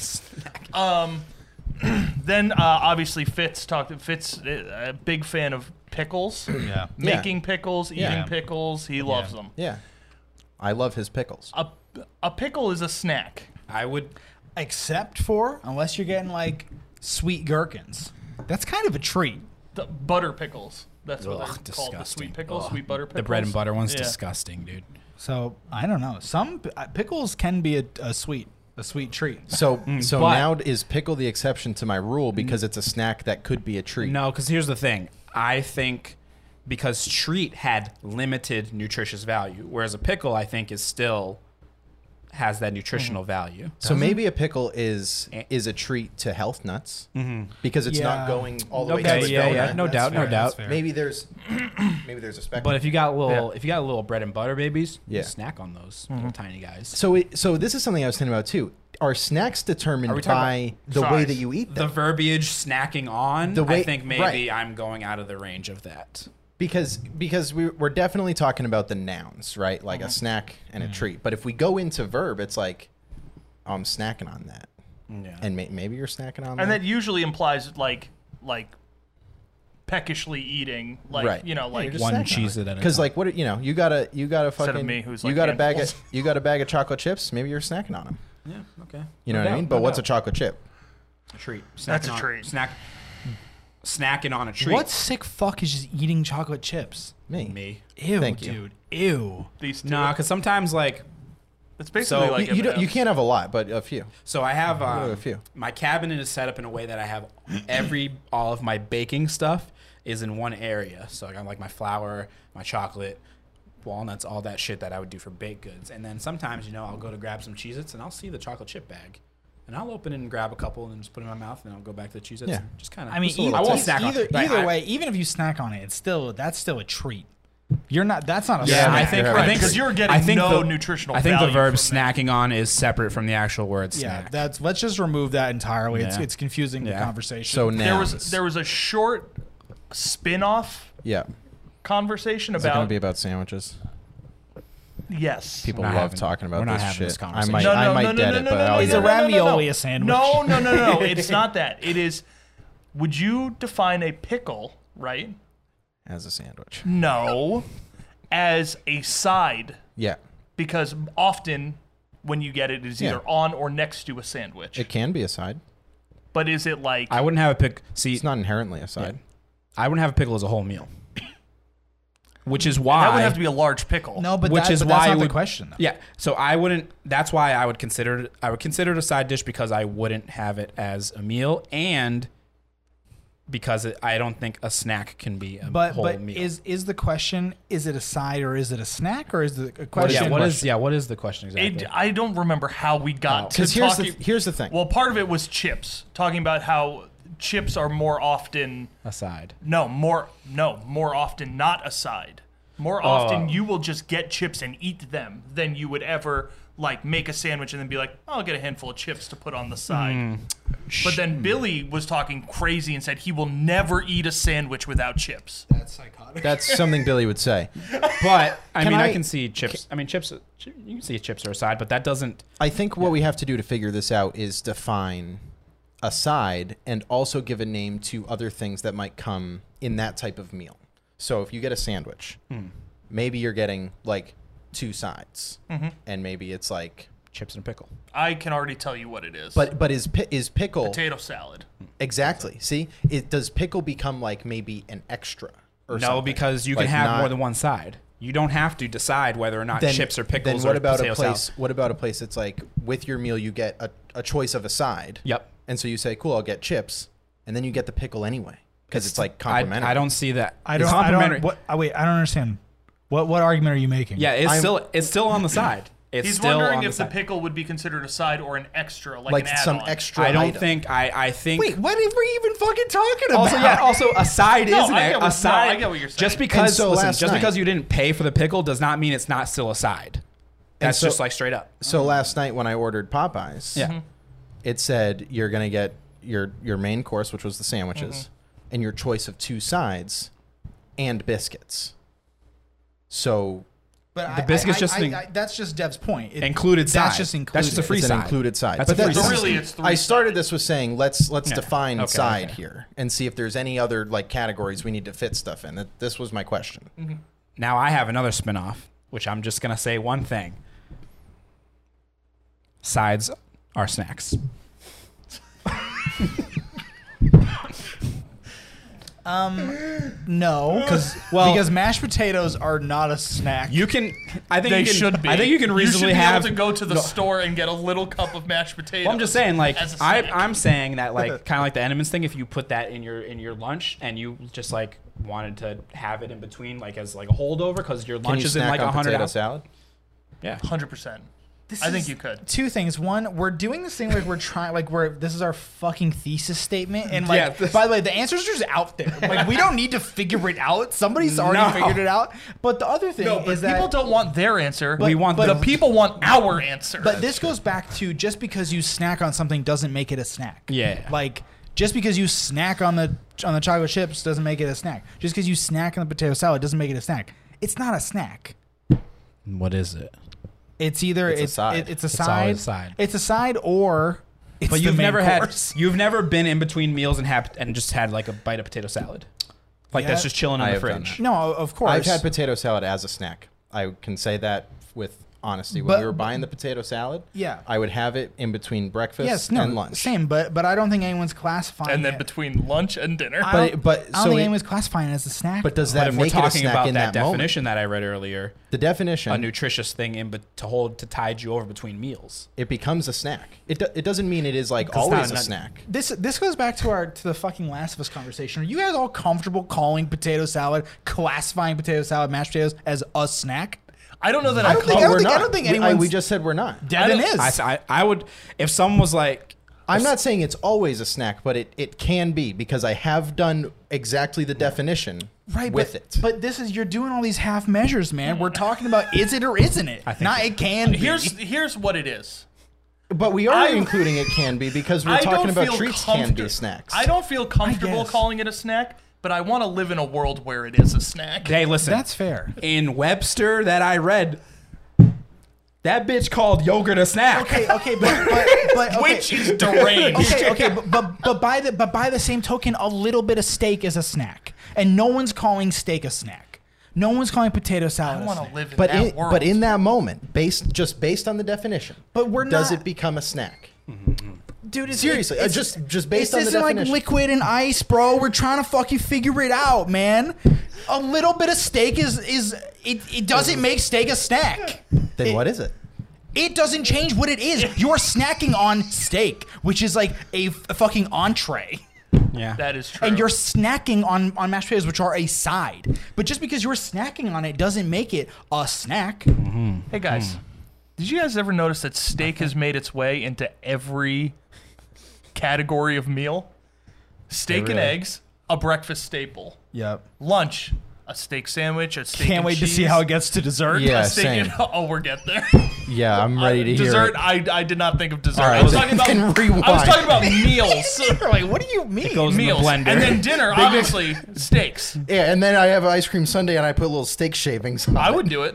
[SPEAKER 1] um, [clears throat] then uh, obviously Fitz talked. Fitz, uh, a big fan of pickles,
[SPEAKER 5] yeah.
[SPEAKER 1] making pickles, eating
[SPEAKER 4] Yeah.
[SPEAKER 1] pickles. He loves them.
[SPEAKER 4] Yeah. I love his pickles.
[SPEAKER 1] A a pickle is a snack.
[SPEAKER 2] I would
[SPEAKER 5] Except for unless you're getting like sweet gherkins, that's kind of a treat.
[SPEAKER 1] The butter pickles. That's what
[SPEAKER 2] Ugh,
[SPEAKER 1] they're called. The
[SPEAKER 2] disgusting.
[SPEAKER 1] sweet pickles,
[SPEAKER 2] Ugh.
[SPEAKER 1] sweet butter pickles.
[SPEAKER 2] the bread and butter one's
[SPEAKER 1] Yeah.
[SPEAKER 2] disgusting, dude.
[SPEAKER 5] So I don't know. Some p- uh, pickles can be a, a sweet a sweet treat.
[SPEAKER 4] So so
[SPEAKER 2] Mm, but-
[SPEAKER 4] now is pickle the exception to my rule because it's a snack that could be a treat.
[SPEAKER 2] No, because here's the thing. I think because treat had limited nutritious value, whereas a pickle I think is still has that
[SPEAKER 1] Mm-hmm.
[SPEAKER 2] nutritional value.
[SPEAKER 4] So maybe a pickle is
[SPEAKER 2] Eh.
[SPEAKER 4] is a treat to health nuts
[SPEAKER 1] Mm-hmm.
[SPEAKER 4] because it's
[SPEAKER 3] Yeah.
[SPEAKER 4] not going all the way
[SPEAKER 2] Okay,
[SPEAKER 4] to the
[SPEAKER 2] yeah,
[SPEAKER 4] donut.
[SPEAKER 2] yeah, no
[SPEAKER 4] That's
[SPEAKER 2] doubt, no
[SPEAKER 4] fair.
[SPEAKER 2] doubt.
[SPEAKER 5] fair.
[SPEAKER 2] [clears throat]
[SPEAKER 4] Maybe there's maybe there's a spectrum.
[SPEAKER 2] But if you got little, if you got little bread and butter babies,
[SPEAKER 4] Yeah.
[SPEAKER 2] snack on those
[SPEAKER 1] Mm-hmm.
[SPEAKER 2] little tiny guys.
[SPEAKER 4] so it, so this is something I was thinking about too. Are snacks determined
[SPEAKER 2] Are we talking
[SPEAKER 4] by the way
[SPEAKER 1] size?
[SPEAKER 4] that you eat
[SPEAKER 2] The
[SPEAKER 4] them?
[SPEAKER 2] verbiage snacking on,
[SPEAKER 4] The
[SPEAKER 2] I
[SPEAKER 4] way-
[SPEAKER 2] think
[SPEAKER 4] right.
[SPEAKER 2] maybe I'm going out of the range of that.
[SPEAKER 4] because because we, we're definitely talking about the nouns, right? Like
[SPEAKER 2] Mm-hmm.
[SPEAKER 4] a snack and
[SPEAKER 1] Mm-hmm.
[SPEAKER 4] a treat. But if we go into verb, it's like I'm snacking on that,
[SPEAKER 2] Yeah.
[SPEAKER 4] and may, maybe you're snacking on
[SPEAKER 1] and
[SPEAKER 4] that.
[SPEAKER 1] that usually implies like like peckishly eating, like
[SPEAKER 4] Right.
[SPEAKER 1] you know, like
[SPEAKER 4] just
[SPEAKER 3] One
[SPEAKER 4] snacking on
[SPEAKER 3] cheese
[SPEAKER 4] it.
[SPEAKER 3] at a
[SPEAKER 4] Because
[SPEAKER 3] time.
[SPEAKER 4] like what you know, you gotta you gotta
[SPEAKER 1] Instead of
[SPEAKER 4] fucking
[SPEAKER 1] me, who's
[SPEAKER 4] you
[SPEAKER 1] like
[SPEAKER 4] got a bag of,
[SPEAKER 1] handfuls.
[SPEAKER 4] you got a bag of chocolate chips. Maybe you're snacking on them.
[SPEAKER 2] Yeah. Okay.
[SPEAKER 4] You know what I mean? But what's a chocolate chip?
[SPEAKER 2] a treat? Snacking
[SPEAKER 1] That's a
[SPEAKER 2] on-
[SPEAKER 1] treat.
[SPEAKER 2] Snack. Snacking on a treat.
[SPEAKER 5] What sick fuck is just eating chocolate chips?
[SPEAKER 4] Me.
[SPEAKER 2] Me.
[SPEAKER 5] Ew,
[SPEAKER 4] Thank you.
[SPEAKER 5] dude. Ew.
[SPEAKER 1] these two.
[SPEAKER 2] Nah, because sometimes like
[SPEAKER 1] it's basically
[SPEAKER 2] so
[SPEAKER 1] like
[SPEAKER 4] Oh, you, you, don't,
[SPEAKER 1] M&Ms.
[SPEAKER 4] you can't have a lot, but a few.
[SPEAKER 2] So I have um,
[SPEAKER 4] a few.
[SPEAKER 2] My cabinet is set up in a way that I have every all of my baking stuff is in one area. So I got like my flour, my chocolate, walnuts, all that shit that I would do for baked goods. And then sometimes, you know, I'll go to grab some Cheez-Its and I'll see the chocolate chip bag. And I'll open it and grab a couple and then just put it in my mouth and I'll go back to the Cheez-Its.
[SPEAKER 4] Yeah.
[SPEAKER 2] and Just kind of
[SPEAKER 3] I mean, either,
[SPEAKER 2] I won't
[SPEAKER 3] e-
[SPEAKER 2] snack on
[SPEAKER 3] either,
[SPEAKER 2] it. Like,
[SPEAKER 3] either
[SPEAKER 2] I-
[SPEAKER 3] way, even if you snack on it, it's still that's still a treat. You're not. That's not a.
[SPEAKER 2] Yeah, I
[SPEAKER 3] snack.
[SPEAKER 2] think
[SPEAKER 4] Right,
[SPEAKER 2] I
[SPEAKER 4] right,
[SPEAKER 2] think
[SPEAKER 1] 'cause you're getting
[SPEAKER 2] I think
[SPEAKER 1] no
[SPEAKER 2] the-
[SPEAKER 1] nutritional
[SPEAKER 2] I think the
[SPEAKER 1] value
[SPEAKER 2] verb
[SPEAKER 1] from that.
[SPEAKER 2] snacking on is separate from the actual word
[SPEAKER 3] Yeah,
[SPEAKER 2] snack.
[SPEAKER 3] that's. Let's just remove that entirely. It's
[SPEAKER 2] Yeah.
[SPEAKER 3] it's confusing the
[SPEAKER 2] Yeah.
[SPEAKER 3] conversation.
[SPEAKER 4] So now
[SPEAKER 1] there was there was a short spin-off
[SPEAKER 4] yeah, it's
[SPEAKER 1] conversation
[SPEAKER 4] gonna
[SPEAKER 1] about
[SPEAKER 4] be about sandwiches.
[SPEAKER 1] yes.
[SPEAKER 4] People
[SPEAKER 2] We're
[SPEAKER 4] love
[SPEAKER 2] not having-
[SPEAKER 4] talking about
[SPEAKER 2] we're not
[SPEAKER 4] this
[SPEAKER 2] having
[SPEAKER 4] shit.
[SPEAKER 2] this
[SPEAKER 4] I
[SPEAKER 2] conversation.
[SPEAKER 4] might,
[SPEAKER 1] No,
[SPEAKER 4] I
[SPEAKER 1] no,
[SPEAKER 4] might
[SPEAKER 1] no, no,
[SPEAKER 4] dead
[SPEAKER 1] no,
[SPEAKER 4] it,
[SPEAKER 1] no,
[SPEAKER 4] but
[SPEAKER 1] no,
[SPEAKER 4] I'll
[SPEAKER 1] no,
[SPEAKER 4] use
[SPEAKER 3] Is a
[SPEAKER 1] no,
[SPEAKER 4] it.
[SPEAKER 1] no, no,
[SPEAKER 3] ravioli
[SPEAKER 1] no.
[SPEAKER 3] a sandwich?
[SPEAKER 1] No, no,
[SPEAKER 3] [laughs]
[SPEAKER 1] no, no. it's not that. It is. Would you define a pickle right?
[SPEAKER 4] as a sandwich.
[SPEAKER 1] No, as a side
[SPEAKER 4] Yeah,
[SPEAKER 1] because often when you get it, it is either
[SPEAKER 4] Yeah.
[SPEAKER 1] on or next to a sandwich.
[SPEAKER 4] it can be a side.
[SPEAKER 1] but is it like
[SPEAKER 2] I wouldn't have a pick. See,
[SPEAKER 4] It's not inherently a side.
[SPEAKER 2] I wouldn't have a pickle as a whole meal, [coughs] which is why.
[SPEAKER 1] that would have to be a large pickle?
[SPEAKER 3] no, but
[SPEAKER 2] which
[SPEAKER 3] that,
[SPEAKER 2] is
[SPEAKER 3] but
[SPEAKER 2] why
[SPEAKER 3] that's
[SPEAKER 2] it
[SPEAKER 3] not
[SPEAKER 2] would-
[SPEAKER 3] the question. Though.
[SPEAKER 2] yeah, so I wouldn't. That's why I would consider it. I would consider it a side dish because I wouldn't have it as a meal, and because it, I don't think a snack can be a
[SPEAKER 3] But
[SPEAKER 2] whole
[SPEAKER 3] but
[SPEAKER 2] meal.
[SPEAKER 3] is is the question? Is it a side or is it a snack or is the a question?
[SPEAKER 2] yeah, what is yeah, what is the question exactly?
[SPEAKER 1] It, I don't remember how we got to
[SPEAKER 4] Because Oh. here's the
[SPEAKER 1] talking-
[SPEAKER 4] here's the thing.
[SPEAKER 1] well, part of it was chips, talking about how chips are more often
[SPEAKER 2] a side.
[SPEAKER 1] no more no more often not a side. More
[SPEAKER 2] Oh.
[SPEAKER 1] often you will just get chips and eat them than you would ever like make a sandwich and then be like, I'll get a handful of chips to put on the side.
[SPEAKER 2] Hmm.
[SPEAKER 1] But then Billy was talking crazy and said he will never eat a sandwich without chips.
[SPEAKER 3] That's psychotic.
[SPEAKER 4] That's something Billy
[SPEAKER 1] [laughs]
[SPEAKER 4] would say.
[SPEAKER 2] But I
[SPEAKER 4] Can
[SPEAKER 2] mean, I,
[SPEAKER 4] I-
[SPEAKER 2] can see chips. I mean, chips. You can see chips are a side, but that doesn't.
[SPEAKER 4] I think what we have to do to figure this out is define a side and also give a name to other things that might come in that type of meal. So if you get a sandwich,
[SPEAKER 2] Hmm.
[SPEAKER 4] maybe you're getting like two sides,
[SPEAKER 2] Mm-hmm.
[SPEAKER 4] and maybe it's like.
[SPEAKER 2] Chips and a pickle.
[SPEAKER 1] I can already tell you what it is.
[SPEAKER 4] But but is pi- is pickle
[SPEAKER 1] potato salad.
[SPEAKER 4] exactly? See, it does pickle become like maybe an extra or
[SPEAKER 2] No,
[SPEAKER 4] something?
[SPEAKER 2] because you
[SPEAKER 4] Like,
[SPEAKER 2] can have
[SPEAKER 4] not-
[SPEAKER 2] more than one side. You don't have to decide whether or not chips or pickles
[SPEAKER 4] Then what
[SPEAKER 2] or
[SPEAKER 4] about
[SPEAKER 2] potato
[SPEAKER 4] a place?
[SPEAKER 2] salad.
[SPEAKER 4] What about a place that's like with your meal you get a, a choice of a side.
[SPEAKER 2] Yep.
[SPEAKER 4] And so you say, cool, I'll get chips, and then you get the pickle anyway because it's, like
[SPEAKER 2] I,
[SPEAKER 4] complimentary.
[SPEAKER 2] I don't see that.
[SPEAKER 3] I
[SPEAKER 2] It's
[SPEAKER 3] don't. I
[SPEAKER 2] complimentary.
[SPEAKER 3] don't. What? I, wait, I don't understand. What what argument are you making?
[SPEAKER 2] yeah, it's
[SPEAKER 4] I'm-
[SPEAKER 2] still it's still on the side. It's
[SPEAKER 1] He's
[SPEAKER 2] still
[SPEAKER 1] wondering
[SPEAKER 2] on
[SPEAKER 1] if
[SPEAKER 2] the
[SPEAKER 1] the
[SPEAKER 2] side.
[SPEAKER 1] pickle would be considered a side or an extra, like,
[SPEAKER 4] like
[SPEAKER 1] an
[SPEAKER 4] some
[SPEAKER 1] add-on.
[SPEAKER 4] extra.
[SPEAKER 2] I don't
[SPEAKER 4] item.
[SPEAKER 2] think I I think
[SPEAKER 4] Wait, what are we even fucking talking about?
[SPEAKER 2] also yeah also a
[SPEAKER 1] [laughs]
[SPEAKER 2] side
[SPEAKER 1] No,
[SPEAKER 2] is an
[SPEAKER 1] I
[SPEAKER 2] ex-
[SPEAKER 1] get what- no,
[SPEAKER 2] a side.
[SPEAKER 1] I get what you're saying.
[SPEAKER 2] Just because
[SPEAKER 4] And so
[SPEAKER 2] listen,
[SPEAKER 4] last
[SPEAKER 2] just
[SPEAKER 4] night-
[SPEAKER 2] because you didn't pay for the pickle does not mean it's not still a side. That's
[SPEAKER 4] so-
[SPEAKER 2] just like straight up.
[SPEAKER 4] So last night when I ordered Popeyes,
[SPEAKER 2] Yeah.
[SPEAKER 1] Mm-hmm.
[SPEAKER 4] it said you're gonna get your your main course, which was the sandwiches,
[SPEAKER 2] Mm-hmm.
[SPEAKER 4] and your choice of two sides, and biscuits. So
[SPEAKER 3] but
[SPEAKER 2] the biscuit's just an-
[SPEAKER 3] that's just Dev's point. It-
[SPEAKER 2] Included
[SPEAKER 3] That's
[SPEAKER 2] side.
[SPEAKER 3] just included.
[SPEAKER 2] That's just a free
[SPEAKER 4] it's an
[SPEAKER 2] side.
[SPEAKER 4] included side.
[SPEAKER 2] That's a free
[SPEAKER 1] So
[SPEAKER 2] side.
[SPEAKER 1] really, it's three.
[SPEAKER 4] I started this with saying let's let's define
[SPEAKER 2] Okay,
[SPEAKER 4] side
[SPEAKER 2] okay.
[SPEAKER 4] here and see if there's any other like categories we need to fit stuff in. That this was my question.
[SPEAKER 1] Mm-hmm.
[SPEAKER 2] Now I have another spinoff, which I'm just gonna say one thing. Sides are snacks.
[SPEAKER 3] No, because
[SPEAKER 2] [laughs] Well-
[SPEAKER 3] because mashed potatoes are not a snack.
[SPEAKER 2] You can. I think
[SPEAKER 1] They
[SPEAKER 2] you can,
[SPEAKER 1] should be.
[SPEAKER 2] I think you can reasonably
[SPEAKER 1] you should be
[SPEAKER 2] have
[SPEAKER 1] able to go to the
[SPEAKER 2] No,
[SPEAKER 1] store and get a little cup of mashed potatoes.
[SPEAKER 2] well, I'm just saying, like
[SPEAKER 1] as a
[SPEAKER 2] I,
[SPEAKER 1] snack.
[SPEAKER 2] I'm saying that,
[SPEAKER 4] [laughs]
[SPEAKER 2] like kind of like the Enemans thing. If you put that in your in your lunch and you just like wanted to have it in between, like as like a holdover, because your
[SPEAKER 4] Can
[SPEAKER 2] lunch
[SPEAKER 4] you
[SPEAKER 2] is in
[SPEAKER 4] snack
[SPEAKER 2] like
[SPEAKER 4] on
[SPEAKER 2] 100
[SPEAKER 4] potato
[SPEAKER 2] hours.
[SPEAKER 4] salad?
[SPEAKER 2] Yeah,
[SPEAKER 1] 100%.
[SPEAKER 5] This
[SPEAKER 1] I think
[SPEAKER 5] is
[SPEAKER 1] you could.
[SPEAKER 5] Two things. One, we're doing this thing like we're trying, like we're this is our fucking thesis statement, and like
[SPEAKER 2] Yeah, this-
[SPEAKER 5] by the way, the answers are just out there. Like we don't need to figure it out. Somebody's already
[SPEAKER 2] No.
[SPEAKER 5] figured it out. But the other thing
[SPEAKER 1] No, but
[SPEAKER 5] is
[SPEAKER 1] people
[SPEAKER 5] that
[SPEAKER 1] don't want their answer.
[SPEAKER 2] We want
[SPEAKER 1] but
[SPEAKER 2] the-
[SPEAKER 1] the people want our answer.
[SPEAKER 5] But this goes back to just because you snack on something doesn't make it a snack.
[SPEAKER 2] Yeah.
[SPEAKER 5] Like just because you snack on the on the chocolate chips doesn't make it a snack. Just because you snack on the potato salad doesn't make it a snack. It's not a snack.
[SPEAKER 2] What is it?
[SPEAKER 5] It's either
[SPEAKER 4] It's a
[SPEAKER 5] it's it's,
[SPEAKER 4] side.
[SPEAKER 5] it, it's a
[SPEAKER 2] always
[SPEAKER 5] side.
[SPEAKER 2] a side.
[SPEAKER 5] It's a side or it's
[SPEAKER 2] But
[SPEAKER 5] the
[SPEAKER 2] you've
[SPEAKER 5] main
[SPEAKER 2] never
[SPEAKER 5] course.
[SPEAKER 2] had you've never been in between meals and hap- and just had like a bite of potato salad, like that's
[SPEAKER 5] Yeah.
[SPEAKER 2] just chilling in
[SPEAKER 4] I
[SPEAKER 2] the
[SPEAKER 4] have done
[SPEAKER 2] fridge.
[SPEAKER 4] that.
[SPEAKER 5] No, of course.
[SPEAKER 4] I've had potato salad as a snack. I can say that with honesty. When
[SPEAKER 5] But-
[SPEAKER 4] we were buying the potato salad,
[SPEAKER 5] Yeah.
[SPEAKER 4] I would have it in between breakfast
[SPEAKER 5] yes, no,
[SPEAKER 4] and lunch.
[SPEAKER 5] same, but but I don't think anyone's classifying.
[SPEAKER 1] and then
[SPEAKER 5] it.
[SPEAKER 1] between lunch and dinner.
[SPEAKER 5] I
[SPEAKER 4] But
[SPEAKER 5] don't-
[SPEAKER 4] it- but-
[SPEAKER 5] I don't
[SPEAKER 4] so
[SPEAKER 5] think
[SPEAKER 4] it-
[SPEAKER 5] anyone's classifying it as a snack.
[SPEAKER 4] But does
[SPEAKER 2] But
[SPEAKER 4] that
[SPEAKER 2] if we're
[SPEAKER 4] make it a
[SPEAKER 2] talking
[SPEAKER 4] snack
[SPEAKER 2] about
[SPEAKER 4] in
[SPEAKER 2] that, Mm-hmm.
[SPEAKER 4] that, moment?
[SPEAKER 2] definition that I read earlier,
[SPEAKER 4] The definition,
[SPEAKER 2] a nutritious thing in but to hold to tide you over between meals.
[SPEAKER 4] it becomes a snack. It, do, it doesn't mean it is like
[SPEAKER 2] not
[SPEAKER 4] always a
[SPEAKER 2] nut-
[SPEAKER 4] snack.
[SPEAKER 5] this this goes back to our to the fucking Last of Us conversation. Are you guys all comfortable calling potato salad, classifying potato salad, mashed potatoes as a snack?
[SPEAKER 1] I don't know that
[SPEAKER 5] I
[SPEAKER 1] I,
[SPEAKER 5] don't
[SPEAKER 1] call
[SPEAKER 5] think- I
[SPEAKER 4] We're
[SPEAKER 5] don't think- I
[SPEAKER 4] not.
[SPEAKER 5] don't think
[SPEAKER 4] We- I- We
[SPEAKER 5] anyone's-
[SPEAKER 4] just said we're not.
[SPEAKER 1] I
[SPEAKER 5] Devin
[SPEAKER 1] don't-
[SPEAKER 5] is.
[SPEAKER 2] I, I I would if someone was like
[SPEAKER 4] I'm not saying it's always a snack, but it, it can be because I have done exactly the definition
[SPEAKER 5] right
[SPEAKER 4] with
[SPEAKER 5] but,
[SPEAKER 4] it.
[SPEAKER 5] But this is you're doing all these half measures, man. We're talking about is it or isn't it?
[SPEAKER 2] I think-
[SPEAKER 5] Not it can. be.
[SPEAKER 1] here's here's what it is.
[SPEAKER 4] But we are
[SPEAKER 1] I'm-
[SPEAKER 4] including it can be because we're
[SPEAKER 1] I
[SPEAKER 4] talking
[SPEAKER 1] don't
[SPEAKER 4] about
[SPEAKER 1] feel
[SPEAKER 4] treats
[SPEAKER 1] comfort-
[SPEAKER 4] can be snacks.
[SPEAKER 1] I don't feel comfortable
[SPEAKER 5] guess.
[SPEAKER 1] calling it a snack, but I want to live in a world where it is a snack.
[SPEAKER 2] Hey, listen.
[SPEAKER 1] [laughs]
[SPEAKER 5] that's fair.
[SPEAKER 2] in Webster that I read. That bitch called yogurt a snack.
[SPEAKER 5] Okay, okay, but but, but okay.
[SPEAKER 1] Which is deranged.
[SPEAKER 5] [laughs]
[SPEAKER 4] [laughs]
[SPEAKER 5] okay, okay, but, but but by the but by the same token, a little bit of steak is a snack, and no one's calling steak a snack. No one's calling potato salad.
[SPEAKER 1] I
[SPEAKER 5] a
[SPEAKER 1] want
[SPEAKER 5] snack.
[SPEAKER 1] to live in
[SPEAKER 4] but
[SPEAKER 1] that
[SPEAKER 4] in,
[SPEAKER 1] world.
[SPEAKER 4] but in that moment, based just based on the definition,
[SPEAKER 5] But we're
[SPEAKER 4] does
[SPEAKER 5] not-
[SPEAKER 4] it become a snack?
[SPEAKER 5] dude. It's,
[SPEAKER 4] Seriously, uh, just just based
[SPEAKER 5] this
[SPEAKER 4] on the
[SPEAKER 5] isn't like
[SPEAKER 4] definition.
[SPEAKER 5] liquid and ice, bro. We're trying to fucking figure it out, man. A little bit of steak is is it, it doesn't make steak a snack.
[SPEAKER 4] then what is it?
[SPEAKER 5] It doesn't change what it is. You're snacking on steak, which is like a f- a fucking entree.
[SPEAKER 2] Yeah.
[SPEAKER 1] that is true.
[SPEAKER 5] And you're snacking on, on mashed potatoes, which are a side. But just because you're snacking on it doesn't make it a snack.
[SPEAKER 1] hey guys, did you guys ever notice that steak has made its way into every category of meal? Steak and
[SPEAKER 4] really-
[SPEAKER 1] eggs, a breakfast staple.
[SPEAKER 3] Yep.
[SPEAKER 1] Lunch, a steak sandwich, a steak.
[SPEAKER 3] Can't
[SPEAKER 1] and
[SPEAKER 3] wait to see
[SPEAKER 1] cheese. [laughs]
[SPEAKER 3] how it gets to dessert.
[SPEAKER 4] Yeah,
[SPEAKER 1] I was thinking-
[SPEAKER 4] same.
[SPEAKER 1] [laughs] oh, we're getting there.
[SPEAKER 4] Yeah, I'm ready to
[SPEAKER 1] dessert.
[SPEAKER 4] hear it.
[SPEAKER 1] I, I did not think of dessert.
[SPEAKER 4] All right,
[SPEAKER 1] I was
[SPEAKER 4] then-
[SPEAKER 1] talking about.
[SPEAKER 4] then
[SPEAKER 1] I was
[SPEAKER 4] rewind.
[SPEAKER 1] talking about meals.
[SPEAKER 5] Like, what do you mean?
[SPEAKER 2] goes in the
[SPEAKER 1] meals,
[SPEAKER 3] [laughs]
[SPEAKER 1] and
[SPEAKER 2] blender.
[SPEAKER 1] then dinner. obviously, steaks.
[SPEAKER 4] Yeah, and then I have ice cream sundae and I put little steak shavings. On [laughs]
[SPEAKER 1] I
[SPEAKER 4] it.
[SPEAKER 1] would do it.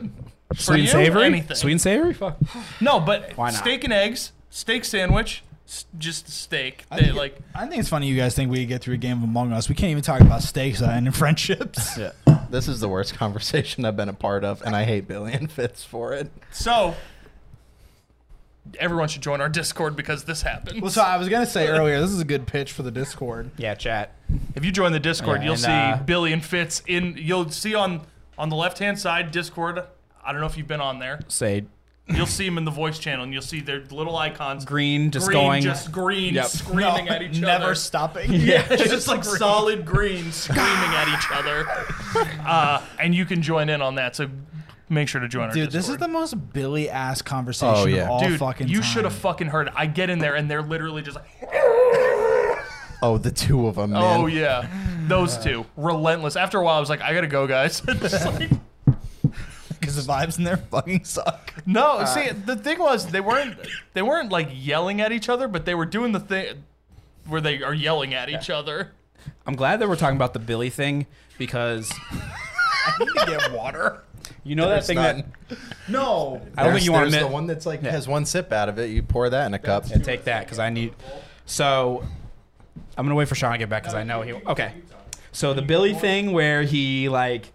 [SPEAKER 1] For
[SPEAKER 2] Sweet and
[SPEAKER 1] you,
[SPEAKER 2] savory.
[SPEAKER 1] Anything.
[SPEAKER 2] Sweet and savory. Fuck.
[SPEAKER 1] No, but
[SPEAKER 2] Why not?
[SPEAKER 1] steak and eggs, steak sandwich, s- just steak. They,
[SPEAKER 3] think it-
[SPEAKER 1] like
[SPEAKER 3] I think it's funny you guys think we get through a game of Among Us. We can't even talk about stakes
[SPEAKER 5] [laughs]
[SPEAKER 3] and friendships.
[SPEAKER 4] Yeah. This is the worst conversation I've been a part of, and I hate Billy and Fitz for it.
[SPEAKER 1] so. Everyone should join our Discord because this happens.
[SPEAKER 3] Well, so I was gonna say earlier, this is a good pitch for the Discord.
[SPEAKER 2] Yeah, chat.
[SPEAKER 1] If you join the Discord,
[SPEAKER 2] Yeah,
[SPEAKER 1] you'll
[SPEAKER 2] and,
[SPEAKER 1] see
[SPEAKER 2] uh,
[SPEAKER 1] Billy and Fitz in. You'll see on on the left hand side Discord. I don't know if you've been on there.
[SPEAKER 2] Say
[SPEAKER 1] You'll see them in the voice channel, and you'll see their little icons.
[SPEAKER 2] green, just
[SPEAKER 1] green,
[SPEAKER 2] going.
[SPEAKER 1] just green,
[SPEAKER 2] Yep.
[SPEAKER 1] screaming
[SPEAKER 5] [laughs]
[SPEAKER 1] at each
[SPEAKER 3] Never
[SPEAKER 1] other.
[SPEAKER 3] stopping.
[SPEAKER 1] Yeah, just like solid green, screaming at
[SPEAKER 3] [laughs]
[SPEAKER 1] each other. Uh, and you can join in on that. So make sure to join our
[SPEAKER 3] Dude, this is
[SPEAKER 1] Discord.
[SPEAKER 3] the most Billy ass conversation
[SPEAKER 4] Oh, yeah.
[SPEAKER 3] of all
[SPEAKER 1] Dude,
[SPEAKER 3] fucking
[SPEAKER 1] you
[SPEAKER 3] time.
[SPEAKER 1] should have fucking heard. it. I get in there, and they're literally just like,
[SPEAKER 4] Oh, the two of them, man.
[SPEAKER 1] "Oh yeah, those
[SPEAKER 4] Uh.
[SPEAKER 1] two, relentless." After a while, I was like, "I gotta go, guys." [laughs] It's like-
[SPEAKER 3] because
[SPEAKER 1] [laughs]
[SPEAKER 3] the vibes in there fucking [laughs] suck.
[SPEAKER 1] No,
[SPEAKER 4] Uh.
[SPEAKER 1] see, the thing was they weren't they weren't like yelling at each other, but they were doing the thing where they are yelling at each other.
[SPEAKER 2] I'm glad that we're talking about the Billy thing because
[SPEAKER 3] Get water.
[SPEAKER 2] you know that
[SPEAKER 4] There's
[SPEAKER 2] thing
[SPEAKER 4] none.
[SPEAKER 2] that
[SPEAKER 3] No.
[SPEAKER 2] I don't think you want
[SPEAKER 4] There's
[SPEAKER 2] to
[SPEAKER 4] the one that's like has one sip out of it. You pour that in a cup.
[SPEAKER 2] and take that because I need. So I'm gonna wait for Sean to get back because I know he. Okay. So the Billy thing where he like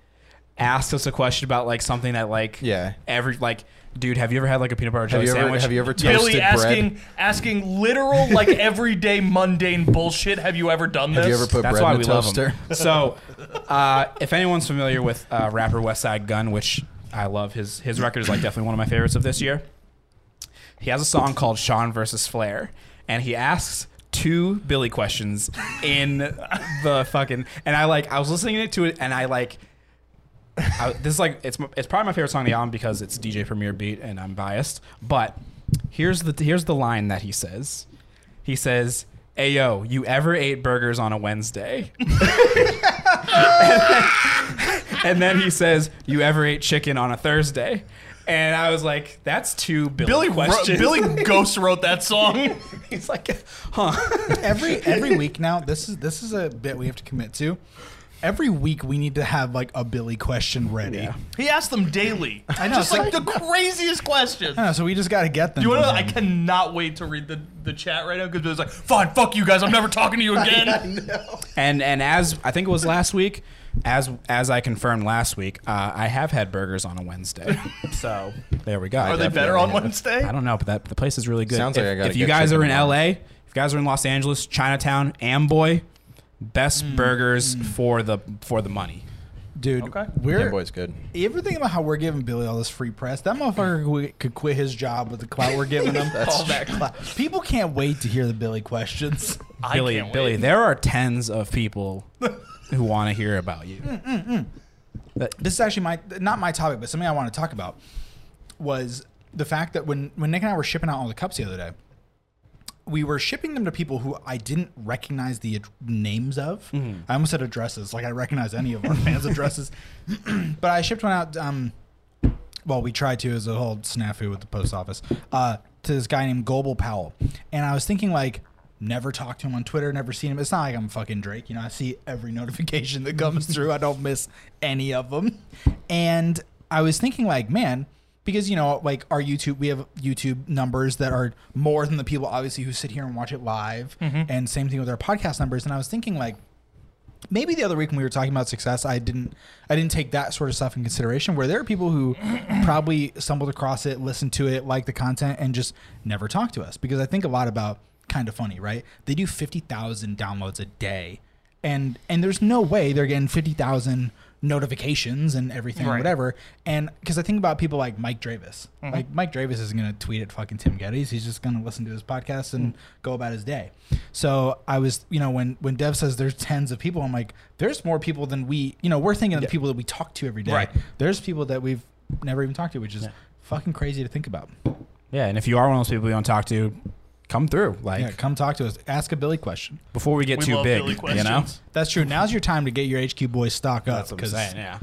[SPEAKER 2] asked us a question about like something that like
[SPEAKER 4] Yeah.
[SPEAKER 2] every like dude have you ever had like a peanut butter
[SPEAKER 4] Have
[SPEAKER 2] jelly
[SPEAKER 4] you ever
[SPEAKER 2] sandwich
[SPEAKER 4] have you ever toasted
[SPEAKER 1] Billy
[SPEAKER 4] bread?
[SPEAKER 1] asking asking literal like [laughs] everyday mundane bullshit. Have you ever done this?
[SPEAKER 4] Have you ever put
[SPEAKER 2] That's
[SPEAKER 4] bread
[SPEAKER 2] why
[SPEAKER 4] in a
[SPEAKER 2] we
[SPEAKER 4] toaster?
[SPEAKER 2] love him. [laughs] So, uh, if anyone's familiar with uh, rapper Westside Gun, which I love, his his record is like definitely one of my favorites of this year. He has a song called "Sean versus Flair," and he asks two Billy questions in the fucking. And I like, I was listening to it, and I like I, this is like it's my- it's probably my favorite song on the album because it's DJ Premier beat and I'm biased. But here's the here's the line that he says. He says, "Ayo, you ever ate burgers on a Wednesday?" [laughs] and then he says, "You ever ate chicken on a Thursday?" And I was like, "That's two
[SPEAKER 1] Billy [laughs]
[SPEAKER 2] Billy, Billy
[SPEAKER 1] wrote,
[SPEAKER 2] questions."
[SPEAKER 1] Billy Ghost wrote that song.
[SPEAKER 2] He's like, "Huh."
[SPEAKER 5] every every week now this is this is a bit we have to commit to every week we need to have like a billy question ready
[SPEAKER 2] Yeah.
[SPEAKER 1] he asked them daily. I know, just like the craziest questions.
[SPEAKER 5] Yeah, so we just got to get them
[SPEAKER 1] You
[SPEAKER 5] to
[SPEAKER 1] wanna, I
[SPEAKER 5] him.
[SPEAKER 1] cannot wait to read the, the chat right now because it was like, fine, fuck you guys, I'm never talking to [laughs] you again.
[SPEAKER 2] And and as I think it was last week, as as I confirmed last week, uh, I have had burgers on a Wednesday. so there we go.
[SPEAKER 1] Are they better on Wednesday?
[SPEAKER 2] I don't know, but that the place is really good.
[SPEAKER 4] Sounds
[SPEAKER 2] if,
[SPEAKER 4] like I gotta
[SPEAKER 2] if you
[SPEAKER 4] get
[SPEAKER 2] guys are in
[SPEAKER 4] chicken tomorrow.
[SPEAKER 2] LA, if you guys are in Los Angeles, Chinatown, Amboy, best burgers for the for the money.
[SPEAKER 5] dude
[SPEAKER 1] Okay.
[SPEAKER 4] Game
[SPEAKER 5] we're
[SPEAKER 4] Boy's good.
[SPEAKER 5] you ever think about how we're giving billy all this free press that motherfucker qu- could quit his job with the clout we're giving
[SPEAKER 4] [laughs]
[SPEAKER 5] him all that clout [laughs] people can't wait to hear the billy questions [laughs]
[SPEAKER 1] I
[SPEAKER 2] Billy,
[SPEAKER 1] can't
[SPEAKER 2] Billy,
[SPEAKER 1] wait.
[SPEAKER 2] there are tens of people who want to hear about you.
[SPEAKER 5] this is actually my not my topic, but something I want to talk about was the fact that when when Nick and I were shipping out all the cups the other day, we were shipping them to people who I didn't recognize the ad- names of.
[SPEAKER 1] Mm-hmm.
[SPEAKER 5] I almost said addresses, like I recognize any of
[SPEAKER 1] [laughs]
[SPEAKER 5] our fans' addresses, [clears throat] but I shipped one out. Um, well, we tried to as a whole snafu with the post office uh, to this guy named Goble Powell, and I was thinking like. Never talked to him on Twitter, never seen him. It's not like I'm fucking Drake, you know. I see every [laughs] notification that comes through. I don't miss any of them. And I was thinking like, man, because you know, like our YouTube, we have YouTube numbers that are more than the people obviously who sit here and watch it live. And same thing with our podcast numbers. And I was thinking like, maybe the other week when we were talking about success i didn't i didn't take that sort of stuff in consideration where there are people who probably stumbled across it listened to it liked the content and just never talked to us because i think a lot about kind of funny right they do 50000 downloads a day and and there's no way they're getting 50000 notifications and everything
[SPEAKER 1] Right.
[SPEAKER 5] whatever and because i think about people like mike dravis
[SPEAKER 2] Mm-hmm.
[SPEAKER 5] like mike dravis isn't going to tweet at fucking tim geddes he's just going to listen to his podcast and
[SPEAKER 2] Mm.
[SPEAKER 5] go about his day so i was you know when when dev says there's tens of people i'm like there's more people than we you know we're thinking of the people that we talk to every day
[SPEAKER 1] Right.
[SPEAKER 5] there's people that we've never even talked to which is fucking crazy to think about
[SPEAKER 2] Yeah, and if you are one of those people you don't talk to, come through. Like
[SPEAKER 5] yeah come talk to us ask a billy question
[SPEAKER 2] before we get
[SPEAKER 1] We
[SPEAKER 2] too
[SPEAKER 1] love Billy
[SPEAKER 2] big, you
[SPEAKER 1] questions.
[SPEAKER 2] know.
[SPEAKER 5] that's true now's your time to get your hq boys stock up
[SPEAKER 2] That's what I'm saying. Yeah.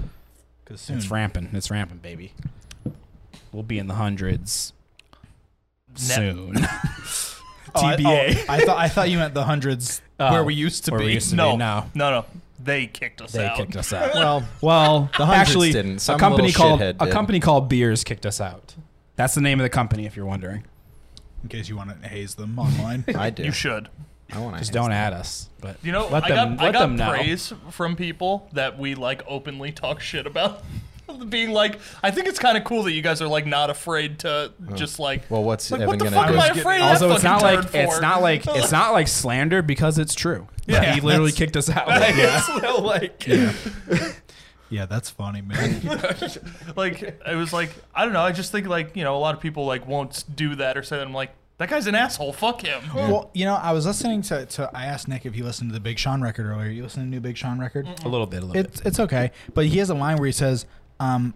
[SPEAKER 5] because soon
[SPEAKER 2] It's rampant. It's rampant, baby. We'll be in the hundreds soon. [laughs]
[SPEAKER 5] Oh, I-
[SPEAKER 2] TBA.
[SPEAKER 5] oh, I, thought i thought you meant the hundreds
[SPEAKER 2] [laughs] Oh,
[SPEAKER 5] where we used to
[SPEAKER 2] where we
[SPEAKER 5] be
[SPEAKER 2] used to
[SPEAKER 1] No,
[SPEAKER 2] be now.
[SPEAKER 1] no, no. They kicked us
[SPEAKER 2] They
[SPEAKER 1] out.
[SPEAKER 2] kicked us
[SPEAKER 1] [laughs]
[SPEAKER 2] out.
[SPEAKER 4] Well,
[SPEAKER 2] Well, the
[SPEAKER 4] hundreds
[SPEAKER 2] actually,
[SPEAKER 4] didn't.
[SPEAKER 2] a
[SPEAKER 4] Some
[SPEAKER 2] company
[SPEAKER 4] little
[SPEAKER 2] called
[SPEAKER 4] shithead
[SPEAKER 2] a
[SPEAKER 4] did.
[SPEAKER 2] company called Beers kicked us out. That's the name of the company, if you're wondering.
[SPEAKER 5] in case you want to haze them
[SPEAKER 2] [laughs]
[SPEAKER 5] online
[SPEAKER 4] I do.
[SPEAKER 1] You should.
[SPEAKER 4] I want
[SPEAKER 2] Just don't add us. But
[SPEAKER 1] You know,
[SPEAKER 2] let
[SPEAKER 1] I
[SPEAKER 2] them
[SPEAKER 1] got,
[SPEAKER 2] let
[SPEAKER 1] I got
[SPEAKER 2] them know.
[SPEAKER 1] praise from people that we like openly talk shit about. [laughs] Being like, I think it's kind of cool that you guys are like not afraid to just like.
[SPEAKER 4] Well, what's
[SPEAKER 1] like,
[SPEAKER 4] Evan
[SPEAKER 1] what the
[SPEAKER 4] gonna
[SPEAKER 1] fuck
[SPEAKER 4] do?
[SPEAKER 1] am I afraid of?
[SPEAKER 2] Also,
[SPEAKER 1] that
[SPEAKER 2] it's not
[SPEAKER 1] fucking
[SPEAKER 2] like
[SPEAKER 1] turd
[SPEAKER 2] it's
[SPEAKER 1] for?
[SPEAKER 2] not like it's not like slander because it's true.
[SPEAKER 1] Yeah.
[SPEAKER 2] he literally kicked
[SPEAKER 1] [laughs]
[SPEAKER 2] us out.
[SPEAKER 1] It's not like,
[SPEAKER 5] yeah that's funny man
[SPEAKER 1] like it was like I don't know. I just think like you know a lot of people like won't do that or say that. I'm like that guy's an asshole. Fuck him.
[SPEAKER 5] Well, you know, I was listening to, to I asked Nick if he listened to the Big Sean record earlier. You listen to the new Big Sean record?
[SPEAKER 2] a little bit, a little
[SPEAKER 5] It's it's okay. But he has a line where he says, um,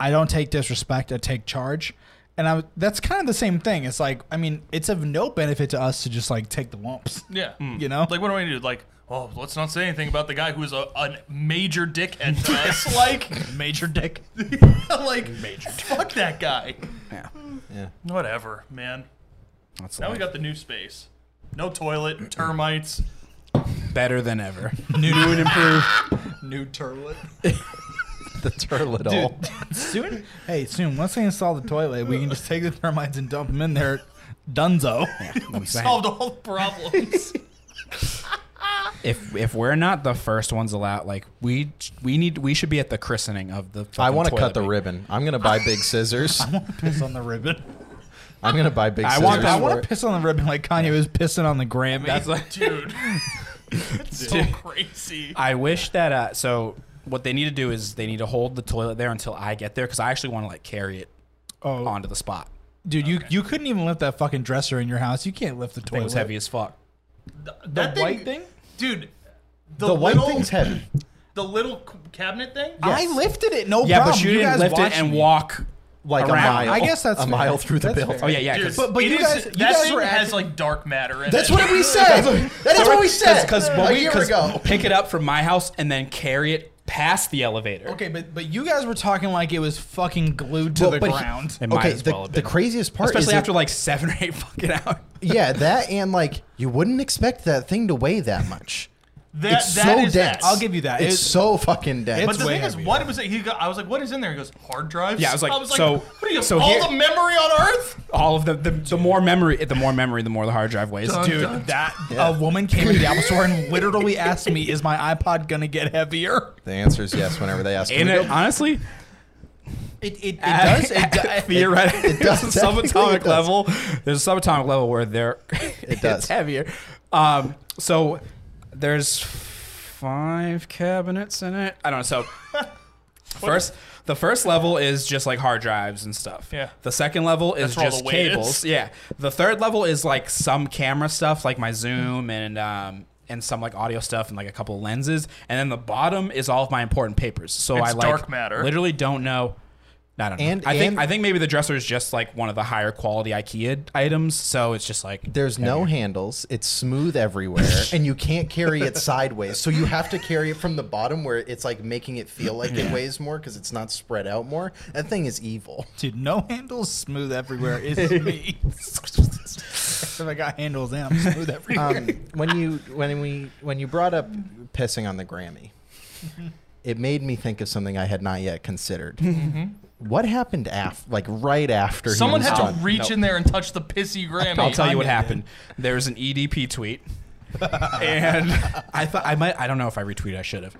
[SPEAKER 5] I don't take disrespect, I take charge. And I, was- that's kind of the same thing. It's like, I mean, it's of no benefit to us to just like take the
[SPEAKER 2] [laughs]
[SPEAKER 5] lumps. [laughs]
[SPEAKER 1] Yeah.
[SPEAKER 5] You know?
[SPEAKER 1] Mm. Like what do I do? Like oh let's not say anything about the guy who's a, a major dickhead to
[SPEAKER 5] [laughs]
[SPEAKER 1] us. like
[SPEAKER 5] Major dick.
[SPEAKER 1] [laughs] like fuck that guy.
[SPEAKER 2] Yeah.
[SPEAKER 4] Yeah.
[SPEAKER 1] Whatever, man.
[SPEAKER 2] bit. That's
[SPEAKER 1] Now we
[SPEAKER 2] like
[SPEAKER 1] got the new space. No toilet, termites.
[SPEAKER 2] better
[SPEAKER 1] [laughs]
[SPEAKER 2] than ever.
[SPEAKER 5] New, new and improved. new turlet.
[SPEAKER 4] the turtle at all.
[SPEAKER 5] Soon, hey, soon, once they install the toilet, we can just take the termites and dump them in there. Dunzo. [laughs]
[SPEAKER 2] I'm saying.
[SPEAKER 1] Solved all the problems.
[SPEAKER 2] if if we're not the first ones allowed, like we we need we should be at the christening of the.
[SPEAKER 4] I
[SPEAKER 2] want to
[SPEAKER 4] cut the ribbon. I'm gonna buy big scissors.
[SPEAKER 5] Piss on the ribbon.
[SPEAKER 4] I'm gonna buy big
[SPEAKER 2] I
[SPEAKER 4] scissors.
[SPEAKER 2] want that-
[SPEAKER 5] I
[SPEAKER 4] for
[SPEAKER 5] want
[SPEAKER 4] it.
[SPEAKER 5] to piss on the ribbon like Kanye was pissing on the Grammy.
[SPEAKER 2] That's
[SPEAKER 1] [laughs]
[SPEAKER 2] like,
[SPEAKER 1] Dude. It's so crazy.
[SPEAKER 2] I wish that. Uh, so what they need to do is they need to hold the toilet there until I get there because I actually want to like carry it
[SPEAKER 5] oh,
[SPEAKER 2] onto the spot.
[SPEAKER 5] dude, you you couldn't even lift that fucking dresser in your house. You can't lift the
[SPEAKER 2] It
[SPEAKER 5] toilet.
[SPEAKER 2] was heavy as fuck.
[SPEAKER 1] That
[SPEAKER 5] white thing?
[SPEAKER 1] Dude.
[SPEAKER 4] The white
[SPEAKER 1] little-
[SPEAKER 4] thing's heavy.
[SPEAKER 1] The little c- cabinet thing?
[SPEAKER 5] I lifted it, no
[SPEAKER 2] Yeah,
[SPEAKER 5] problem.
[SPEAKER 2] but you, didn't
[SPEAKER 5] guys
[SPEAKER 2] lift it
[SPEAKER 5] watched
[SPEAKER 2] and
[SPEAKER 5] me.
[SPEAKER 2] walk.
[SPEAKER 4] like a
[SPEAKER 2] Around.
[SPEAKER 4] mile.
[SPEAKER 5] I guess that's
[SPEAKER 4] a
[SPEAKER 5] fair.
[SPEAKER 4] mile through the
[SPEAKER 5] That's
[SPEAKER 4] building.
[SPEAKER 2] Oh yeah, yeah. 'cause-
[SPEAKER 1] Dude,
[SPEAKER 5] but- but
[SPEAKER 1] it
[SPEAKER 5] you
[SPEAKER 1] is-
[SPEAKER 5] guys- you
[SPEAKER 1] that
[SPEAKER 5] guys
[SPEAKER 1] thing
[SPEAKER 5] were
[SPEAKER 1] has
[SPEAKER 5] acting-
[SPEAKER 1] like dark matter in
[SPEAKER 4] That's
[SPEAKER 1] it.
[SPEAKER 4] what we said. That is what we said.
[SPEAKER 2] Because
[SPEAKER 4] a year
[SPEAKER 2] because
[SPEAKER 4] ago.
[SPEAKER 2] pick it up from my house and then carry it past the elevator.
[SPEAKER 5] Okay, but but you guys were talking like it was fucking glued to
[SPEAKER 4] Well,
[SPEAKER 5] the
[SPEAKER 4] but he-
[SPEAKER 5] ground.
[SPEAKER 2] It might
[SPEAKER 4] Okay,
[SPEAKER 2] as
[SPEAKER 4] the,
[SPEAKER 2] well have
[SPEAKER 4] the
[SPEAKER 2] been.
[SPEAKER 4] craziest part
[SPEAKER 2] especially
[SPEAKER 4] is
[SPEAKER 2] after like seven or eight [laughs] fucking hours.
[SPEAKER 4] it, yeah, that and like you wouldn't expect that thing to weigh that much.
[SPEAKER 1] That,
[SPEAKER 4] It's
[SPEAKER 1] that
[SPEAKER 4] so
[SPEAKER 1] is-
[SPEAKER 4] dense.
[SPEAKER 5] I'll give you that.
[SPEAKER 4] It's
[SPEAKER 5] It's-
[SPEAKER 4] so fucking dense.
[SPEAKER 1] But the
[SPEAKER 5] way
[SPEAKER 1] thing is,
[SPEAKER 5] heavier.
[SPEAKER 1] what was it? He got, I was like, what is in there? He goes, hard drives?
[SPEAKER 2] Yeah, I was like,
[SPEAKER 1] I was like
[SPEAKER 2] so-
[SPEAKER 1] what are you,
[SPEAKER 2] so
[SPEAKER 1] all
[SPEAKER 2] here-
[SPEAKER 1] the memory on Earth?
[SPEAKER 2] All of the the, the more memory, the more memory, the more the hard drive weighs.
[SPEAKER 5] Dude, that a woman came in the Apple store
[SPEAKER 4] [laughs]
[SPEAKER 5] and literally asked me, "Is my iPod gonna get heavier?"
[SPEAKER 4] the answer is yes whenever they ask.
[SPEAKER 2] and
[SPEAKER 4] Can we
[SPEAKER 2] it, honestly,
[SPEAKER 5] It it, it
[SPEAKER 2] at-
[SPEAKER 5] does. [laughs]
[SPEAKER 1] [laughs]
[SPEAKER 5] It,
[SPEAKER 2] at
[SPEAKER 5] do-
[SPEAKER 2] theoretic-
[SPEAKER 4] it does.
[SPEAKER 2] there's a
[SPEAKER 4] Technically, it
[SPEAKER 2] [laughs] subatomic
[SPEAKER 4] does.
[SPEAKER 2] level. There's a subatomic level where they're [laughs]
[SPEAKER 4] does.
[SPEAKER 2] it's heavier. Um, so there's five cabinets in it. I don't know.
[SPEAKER 1] [laughs]
[SPEAKER 2] So first, the first level is just like hard drives and stuff.
[SPEAKER 1] Yeah.
[SPEAKER 2] The second level is
[SPEAKER 1] That's where all
[SPEAKER 2] just
[SPEAKER 1] the weight is.
[SPEAKER 2] cables. Yeah. The third level is like some camera stuff, like my Zoom and um. And some like audio stuff and like a couple lenses, and then the bottom is all of my important papers. So
[SPEAKER 1] It's
[SPEAKER 2] I like
[SPEAKER 1] dark matter.
[SPEAKER 2] Literally don't know. I don't know.
[SPEAKER 4] And-
[SPEAKER 2] I think
[SPEAKER 4] and-
[SPEAKER 2] I think maybe the dresser is just like one of the higher quality IKEA items, so it's just like
[SPEAKER 4] There's no handles. It's smooth everywhere, and you can't
[SPEAKER 1] [laughs]
[SPEAKER 4] carry it sideways. So you have to carry it from the bottom, where it's like making it feel like it weighs more because it's not spread out more. That thing is evil.
[SPEAKER 5] dude, no handles, smooth everywhere. Is me. if I got handles in, I'm smooth everywhere.
[SPEAKER 4] Um, when you when we when you brought up pissing on the Grammy, it made me think of something I had not yet considered. What happened after, like right after he
[SPEAKER 1] Mm-hmm. Someone
[SPEAKER 4] was
[SPEAKER 1] had to
[SPEAKER 4] done?
[SPEAKER 1] reach in there and touch the pissy Grammy.
[SPEAKER 2] I'll tell you what happened. There was an EDP tweet, and I thought I might. I don't know if I retweeted. I should have.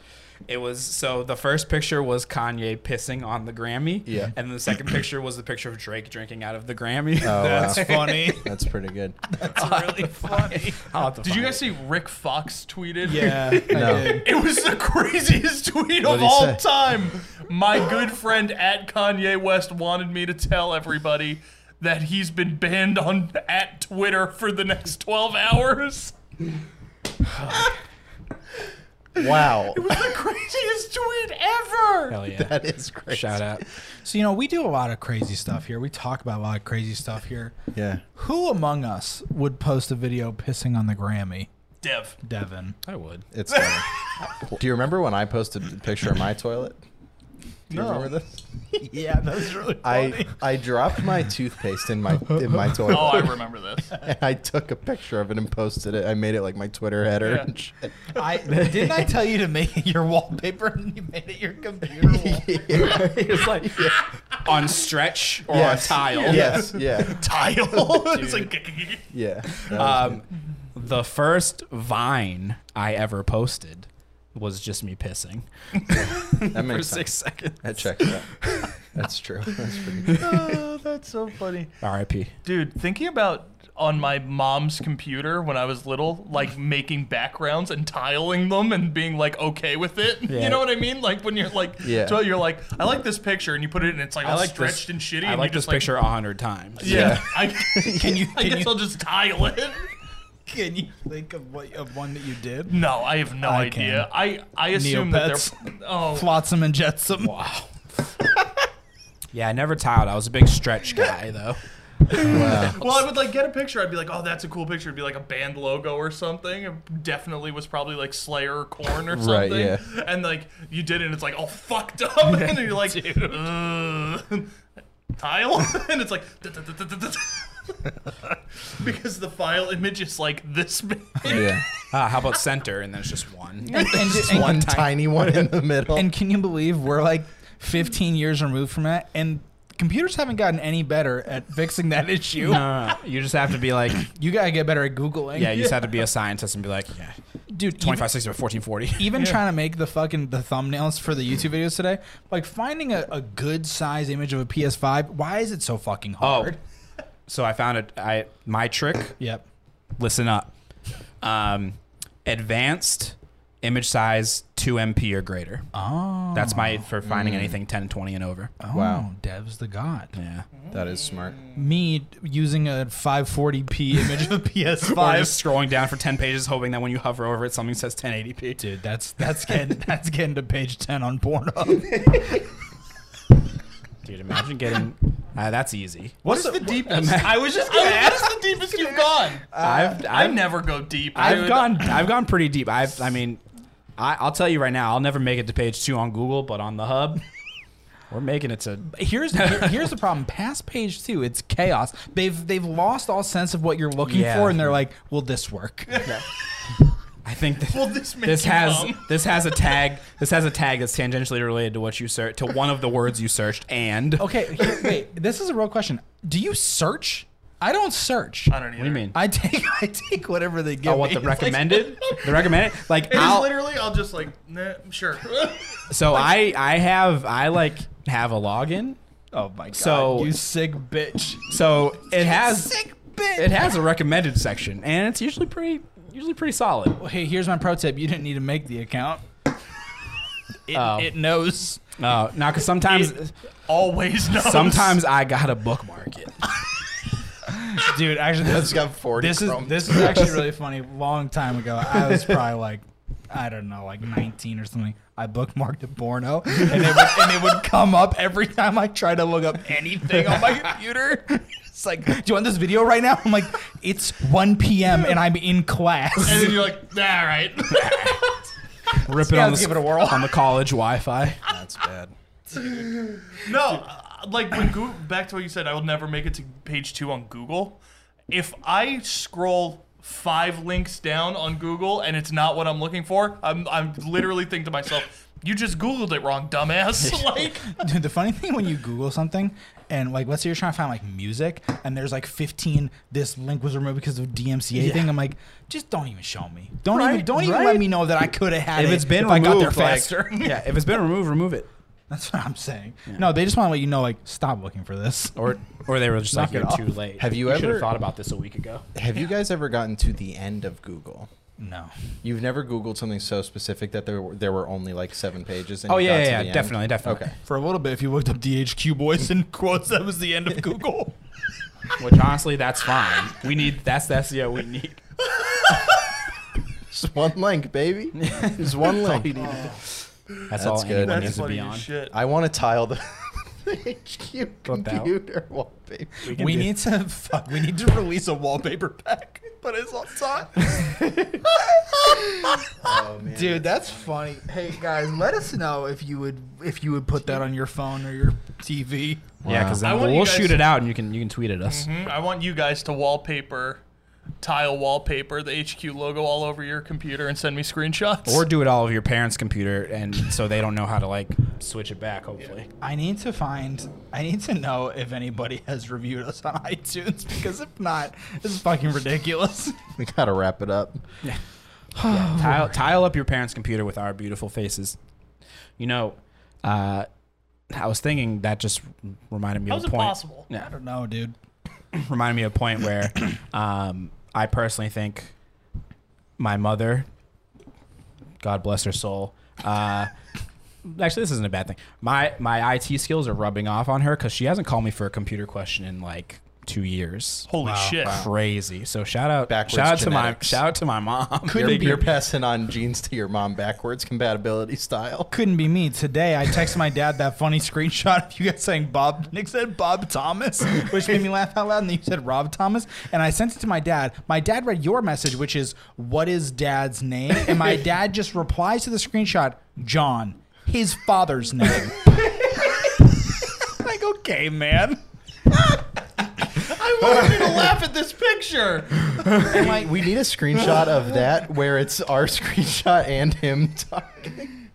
[SPEAKER 2] It was so the first picture was Kanye pissing on the Grammy,
[SPEAKER 4] Yeah.
[SPEAKER 2] and the second picture was the picture of Drake drinking out of the Grammy.
[SPEAKER 4] That's
[SPEAKER 5] funny.
[SPEAKER 4] That's pretty good.
[SPEAKER 1] It's really funny.
[SPEAKER 2] [laughs] I'll have to
[SPEAKER 1] Did you
[SPEAKER 2] find
[SPEAKER 1] guys see Rick Fox tweeted? [laughs]
[SPEAKER 5] Yeah.
[SPEAKER 4] No.
[SPEAKER 5] I did.
[SPEAKER 1] It was the craziest [laughs] tweet
[SPEAKER 4] What'd
[SPEAKER 1] of
[SPEAKER 4] he
[SPEAKER 1] all
[SPEAKER 4] say?
[SPEAKER 1] time. My good friend at Kanye West wanted me to tell everybody that he's been banned on at Twitter for the next 12 hours.
[SPEAKER 4] Wow,
[SPEAKER 1] [laughs] It was the craziest tweet ever.
[SPEAKER 2] Hell yeah!
[SPEAKER 4] that is crazy.
[SPEAKER 2] Shout out.
[SPEAKER 5] So you know, we do a lot of crazy stuff here. We talk about a lot of crazy stuff here.
[SPEAKER 4] Yeah.
[SPEAKER 5] Who among us would post a video pissing on the Grammy?
[SPEAKER 1] Dev. [laughs]
[SPEAKER 5] Devin.
[SPEAKER 2] I would.
[SPEAKER 4] It's funny. Do you remember when I posted a picture of my toilet? Do you remember this?
[SPEAKER 5] Yeah, that's really
[SPEAKER 4] I, I dropped my toothpaste in my in my toilet.
[SPEAKER 1] Oh, I remember this.
[SPEAKER 4] [laughs] and I took a picture of it and posted it. I made it like my Twitter header and shit.
[SPEAKER 5] I didn't I tell you to make it your wallpaper and you made it your computer
[SPEAKER 4] [laughs]
[SPEAKER 5] wall.
[SPEAKER 2] It's like on stretch or
[SPEAKER 4] Yes.
[SPEAKER 2] on tile. [laughs]
[SPEAKER 4] Yes, yeah,
[SPEAKER 1] Tile. it's like, [laughs]
[SPEAKER 4] yeah. That was
[SPEAKER 2] Um, [laughs] the first Vine I ever posted was just me pissing
[SPEAKER 4] good. that
[SPEAKER 2] for
[SPEAKER 4] makes
[SPEAKER 2] six
[SPEAKER 4] sense.
[SPEAKER 2] seconds.
[SPEAKER 4] That checks out. That's true. That's pretty good.
[SPEAKER 1] oh, that's so funny.
[SPEAKER 2] R.I.P.
[SPEAKER 1] Dude, thinking about on my mom's computer when I was little, like making backgrounds and tiling them and being like okay with it. [laughs]
[SPEAKER 2] Yeah.
[SPEAKER 1] You know what I mean? Like when you're like,
[SPEAKER 4] Yeah.
[SPEAKER 1] so you're like, I like this picture, and you put it in, it's like all
[SPEAKER 2] like
[SPEAKER 1] stretched and shitty.
[SPEAKER 2] I
[SPEAKER 1] and
[SPEAKER 2] like
[SPEAKER 1] you're
[SPEAKER 2] this
[SPEAKER 1] just [laughs] like,
[SPEAKER 2] picture a hundred times.
[SPEAKER 1] Yeah,
[SPEAKER 4] Yeah.
[SPEAKER 1] I, [laughs] can you? I guess I'll just tile it. [laughs]
[SPEAKER 5] Can you think of what of one that you did?
[SPEAKER 1] No, I have no
[SPEAKER 5] I
[SPEAKER 1] idea.
[SPEAKER 5] can.
[SPEAKER 1] I I assume that
[SPEAKER 5] Neopets.
[SPEAKER 1] they're oh
[SPEAKER 5] Flotsam and Jetsam.
[SPEAKER 2] [laughs] Wow. yeah, I never tiled. I was a big stretch guy though.
[SPEAKER 1] Well, I would like get a picture. I'd be like, "Oh, that's a cool picture." It'd be like a band logo or something. It definitely was probably like Slayer or Corn or something.
[SPEAKER 4] [laughs] Right, yeah.
[SPEAKER 1] And like you did it, and it's like all [laughs] fucked up, and then you're like, "Ugh." tile, [laughs] and it's like because the file image is like this big.
[SPEAKER 4] Yeah.
[SPEAKER 2] Ah, how about center? And there's just
[SPEAKER 1] [laughs]
[SPEAKER 2] one.
[SPEAKER 4] Just one tiny one in the middle.
[SPEAKER 5] And can you believe we're like 15 years removed from that and computers haven't gotten any better at fixing that
[SPEAKER 2] No,
[SPEAKER 5] issue.
[SPEAKER 2] no, no. You just have to be like,
[SPEAKER 5] You got to get better at googling.
[SPEAKER 2] yeah. You just have to be a scientist and be like, yeah,
[SPEAKER 5] dude, even-
[SPEAKER 2] twenty five sixty by fourteen forty.
[SPEAKER 1] [laughs]
[SPEAKER 5] even trying to make the fucking the thumbnails for the YouTube videos today, like finding a, a good size image of a PS5, why is it so fucking
[SPEAKER 2] Oh,
[SPEAKER 5] hard?
[SPEAKER 2] so I found it. I my trick
[SPEAKER 5] Yep.
[SPEAKER 2] listen up. Um, advanced image size 2 MP or greater. Oh. That's my for finding anything 10, 20 and over.
[SPEAKER 4] Wow.
[SPEAKER 5] Oh, Dev's the god.
[SPEAKER 2] Yeah.
[SPEAKER 4] That is smart.
[SPEAKER 5] Me using a
[SPEAKER 2] [laughs]
[SPEAKER 5] 540p image of a
[SPEAKER 2] Or
[SPEAKER 5] PS5.
[SPEAKER 2] just scrolling down for 10 pages hoping that when you hover over it something says 1080p.
[SPEAKER 5] Dude, that's that's getting that's getting to page ten on Pornhub.
[SPEAKER 2] [laughs] Dude, imagine getting uh, that's easy.
[SPEAKER 1] What's the deepest? I was just gonna ask the deepest you've gone.
[SPEAKER 2] Uh, I've
[SPEAKER 1] I
[SPEAKER 2] I've,
[SPEAKER 1] never go deep.
[SPEAKER 2] I've
[SPEAKER 1] dude.
[SPEAKER 2] gone I've gone pretty deep. I've I mean I, I'll tell you right now, I'll never make it to page 2 on Google, but on the hub [laughs] we're making it to [laughs]
[SPEAKER 5] Here's here- here's the problem. Past page two, it's chaos. They've they've lost all sense of what you're looking
[SPEAKER 2] Yeah.
[SPEAKER 5] for, and they're like, "Will this
[SPEAKER 2] [laughs]
[SPEAKER 5] work?"
[SPEAKER 2] I think that
[SPEAKER 1] Will this make
[SPEAKER 2] this
[SPEAKER 1] you
[SPEAKER 2] has
[SPEAKER 1] come?
[SPEAKER 2] this has a tag. This has a tag that's tangentially related to what you search to one of the words you searched. And
[SPEAKER 5] okay, here- wait. This is a real question. Do you search? I don't search.
[SPEAKER 1] I don't
[SPEAKER 2] what
[SPEAKER 1] either.
[SPEAKER 2] do you mean?
[SPEAKER 5] I take [laughs] I take whatever they give
[SPEAKER 2] oh,
[SPEAKER 5] [laughs]
[SPEAKER 2] what
[SPEAKER 5] me.
[SPEAKER 2] the recommended? the recommended? Like
[SPEAKER 1] It is
[SPEAKER 2] I'll,
[SPEAKER 1] literally, I'll just like, nah, sure. [laughs]
[SPEAKER 2] so I I have I like have a login.
[SPEAKER 5] oh my god!
[SPEAKER 2] So-
[SPEAKER 5] you sick bitch.
[SPEAKER 2] So it has
[SPEAKER 5] sick bitch.
[SPEAKER 2] it has a recommended section, and it's usually pretty usually pretty solid.
[SPEAKER 5] hey, here's my pro tip. You didn't need to make the account. It,
[SPEAKER 2] Oh.
[SPEAKER 5] it knows.
[SPEAKER 2] Uh, now, because sometimes
[SPEAKER 1] It [laughs] always knows.
[SPEAKER 2] sometimes I gotta bookmark it. [laughs]
[SPEAKER 5] Dude, actually, this,
[SPEAKER 4] It's got 40
[SPEAKER 5] this is
[SPEAKER 4] Chrome.
[SPEAKER 5] this is actually really funny. Long time ago, I was probably like, I don't know, like 19 or something. I bookmarked a porno, and it would, and it would come up every time I tried to look up anything on my computer. [laughs] It's like, do you want this video right now? I'm like, it's 1 p.m. and I'm in class.
[SPEAKER 1] And then you're like, all
[SPEAKER 5] [laughs]
[SPEAKER 1] right.
[SPEAKER 2] Rip it on the
[SPEAKER 5] let's
[SPEAKER 2] s-
[SPEAKER 5] give it a whirl.
[SPEAKER 2] on the college Wi-Fi.
[SPEAKER 4] That's bad.
[SPEAKER 1] No, uh, like when Google, back to what you said, I will never make it to page two on Google. If I scroll five links down on Google and it's not what I'm looking for, I'm, I'm literally think to myself, you just Googled it wrong,
[SPEAKER 5] [laughs]
[SPEAKER 1] dumbass. [laughs] like,
[SPEAKER 5] Dude, the funny thing when you Google something and like let's say you're trying to find like music and there's like 15 this link was removed because of DMCA thing. I'm like, just don't even show me. Don't even
[SPEAKER 2] Right,
[SPEAKER 5] don't even
[SPEAKER 2] right.
[SPEAKER 5] let me know that I could have had
[SPEAKER 2] If
[SPEAKER 5] it
[SPEAKER 2] it's been
[SPEAKER 5] if
[SPEAKER 2] removed,
[SPEAKER 5] I got there
[SPEAKER 2] like-
[SPEAKER 5] faster.
[SPEAKER 2] [laughs]
[SPEAKER 5] [laughs]
[SPEAKER 2] yeah, if it's been removed, remove it.
[SPEAKER 5] That's what I'm saying. No, they just want to let you know like stop looking for this. [laughs]
[SPEAKER 2] or or they were just
[SPEAKER 5] Knock
[SPEAKER 2] like you're
[SPEAKER 5] it off.
[SPEAKER 2] too late.
[SPEAKER 4] Have you
[SPEAKER 2] should
[SPEAKER 4] ever-
[SPEAKER 2] have thought about this a week ago?
[SPEAKER 4] Have you guys ever gotten to the end of Google?
[SPEAKER 5] No.
[SPEAKER 4] You've never Googled something so specific that there were, there were only like seven pages. And
[SPEAKER 2] Oh
[SPEAKER 4] you
[SPEAKER 2] yeah,
[SPEAKER 4] got to
[SPEAKER 2] yeah,
[SPEAKER 4] the
[SPEAKER 2] yeah
[SPEAKER 4] end?
[SPEAKER 2] definitely, definitely.
[SPEAKER 4] Okay.
[SPEAKER 5] For a little bit if you looked up DHQ boys in [laughs] quotes that was the end of Google.
[SPEAKER 2] [laughs] Which honestly, that's fine. We need that's that's yeah we need.
[SPEAKER 4] Just one link, baby. [laughs] Just one link.
[SPEAKER 2] That's, all
[SPEAKER 4] good.
[SPEAKER 2] anyone
[SPEAKER 1] Oh. that's
[SPEAKER 2] needs
[SPEAKER 4] That's
[SPEAKER 2] to be
[SPEAKER 1] funny
[SPEAKER 2] on.
[SPEAKER 1] as shit.
[SPEAKER 4] I want to tile the [laughs] HQ
[SPEAKER 2] What the hell?
[SPEAKER 5] [laughs]
[SPEAKER 4] computer wallpaper.
[SPEAKER 2] can
[SPEAKER 5] we
[SPEAKER 2] do-
[SPEAKER 5] need to [laughs] fuck. We need to release a wallpaper pack. [laughs] But it's on top. Dude, that's funny. Hey guys, let us know if you would if you would put that on your phone or your TV.
[SPEAKER 2] Yeah, because
[SPEAKER 1] I
[SPEAKER 2] then
[SPEAKER 1] want you
[SPEAKER 2] we'll
[SPEAKER 1] guys-
[SPEAKER 2] shoot it out and you can you can tweet at us.
[SPEAKER 1] Mhm, I want you guys to wallpaper, tile wallpaper, the HQ logo all over your computer and send me screenshots.
[SPEAKER 2] Or do it all of your parents' computer, and so they don't know how to like switch it back. Hopefully,
[SPEAKER 5] I need to find. I need to know if anybody [laughs] has reviewed us on iTunes because if not, this is fucking ridiculous. [laughs]
[SPEAKER 4] We gotta wrap it up.
[SPEAKER 1] Oh.
[SPEAKER 2] tile tile up your parents' computer with our beautiful faces. You know, uh, I was thinking that just reminded me
[SPEAKER 1] How's
[SPEAKER 2] of
[SPEAKER 1] it
[SPEAKER 2] a point.
[SPEAKER 1] possible?
[SPEAKER 2] Yeah.
[SPEAKER 5] I don't know, dude.
[SPEAKER 2] reminded me of a
[SPEAKER 1] [clears throat]
[SPEAKER 2] point where um, I personally think my mother, God bless her soul, uh, actually this isn't a bad thing. My my IT skills are rubbing off on her because she hasn't called me for a computer question in like two years.
[SPEAKER 1] Holy shit.
[SPEAKER 2] Crazy. So shout out,
[SPEAKER 4] Backwards
[SPEAKER 2] shout out to my
[SPEAKER 4] genetics.
[SPEAKER 2] shout out to my mom.
[SPEAKER 4] You're, you're passing on genes to your mom backwards compatibility style.
[SPEAKER 5] Couldn't be me. Today, I texted my dad that funny screenshot of you guys saying Bob. Nick said Bob Thomas, which
[SPEAKER 4] [laughs]
[SPEAKER 5] made me laugh out loud. And then you said Rob Thomas, and I sent it to my dad. My dad read your message, which is what is dad's name, and
[SPEAKER 4] [laughs]
[SPEAKER 5] my dad just replies to the screenshot, John, his father's name.
[SPEAKER 4] [laughs]
[SPEAKER 5] [laughs] like, okay, man.
[SPEAKER 1] I wanted you to laugh at this picture.
[SPEAKER 5] And like,
[SPEAKER 4] We need a screenshot of that where it's our screenshot and him talking.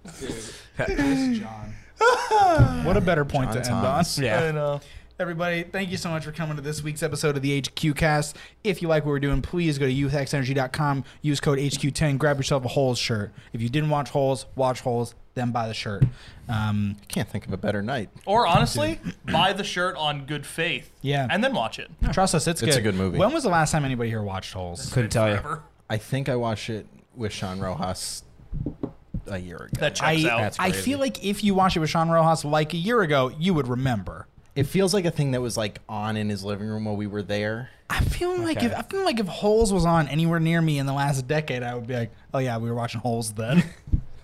[SPEAKER 5] John. what a better point
[SPEAKER 4] John
[SPEAKER 5] to end
[SPEAKER 4] Thomas.
[SPEAKER 5] on.
[SPEAKER 1] I
[SPEAKER 2] yeah.
[SPEAKER 1] know.
[SPEAKER 5] Everybody, thank you so much for coming to this week's episode of the HQ Cast. If you like what we're doing, please go to youthxenergy.com, use code HQ10, grab yourself a Holes shirt. If you didn't watch Holes, watch Holes, then buy the shirt. Um,
[SPEAKER 4] Can't think of a better night.
[SPEAKER 1] Or honestly, buy the shirt on good faith.
[SPEAKER 5] Yeah.
[SPEAKER 1] And then watch it.
[SPEAKER 5] Trust us, it's good.
[SPEAKER 4] It's a good movie.
[SPEAKER 5] When was the last time anybody here watched Holes?
[SPEAKER 2] Couldn't tell you.
[SPEAKER 1] Forever.
[SPEAKER 4] I think I watched it with Sean Rojas a year ago.
[SPEAKER 1] That checks
[SPEAKER 5] I,
[SPEAKER 1] out.
[SPEAKER 4] That's
[SPEAKER 5] I
[SPEAKER 4] crazy.
[SPEAKER 5] feel like if you watched it with Sean Rojas like a year ago, you would remember.
[SPEAKER 4] it feels like a thing that was like on in his living room while we were there.
[SPEAKER 5] I feel like
[SPEAKER 2] Okay.
[SPEAKER 5] if I feel like if Holes was on anywhere near me in the last decade, I would be like, oh yeah, we were watching Holes
[SPEAKER 4] [laughs]
[SPEAKER 5] then.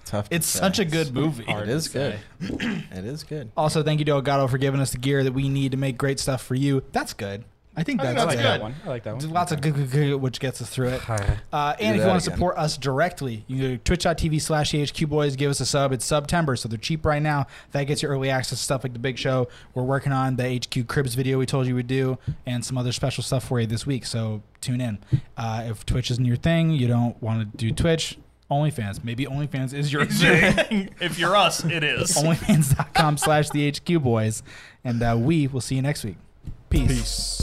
[SPEAKER 4] Tough. to
[SPEAKER 5] it's
[SPEAKER 4] say.
[SPEAKER 5] such a good movie.
[SPEAKER 4] It is good. it is good.
[SPEAKER 5] Also, thank you to Elgato for giving us the gear that we need to make great stuff for you. That's good. I think that's,
[SPEAKER 2] I like
[SPEAKER 5] good.
[SPEAKER 2] that one. I like that
[SPEAKER 5] There's
[SPEAKER 2] one.
[SPEAKER 5] Lots of good, good, good, which gets us through it. Uh, and if you
[SPEAKER 4] that
[SPEAKER 5] want to
[SPEAKER 4] again.
[SPEAKER 5] support us directly, you can go to twitch.tv slash EHQ Boys, give us a sub. It's September, so they're cheap right now. That gets you early access to stuff like the big show. We're working on the HQ Cribs video we told you we'd do and some other special stuff for you this week, so tune in. Uh, if Twitch isn't your thing, you don't want to do Twitch, OnlyFans. Maybe OnlyFans is your thing.
[SPEAKER 1] [laughs] if you're us, it is.
[SPEAKER 5] OnlyFans.com slash the HQ Boys. And uh, we will see you next week. Peace.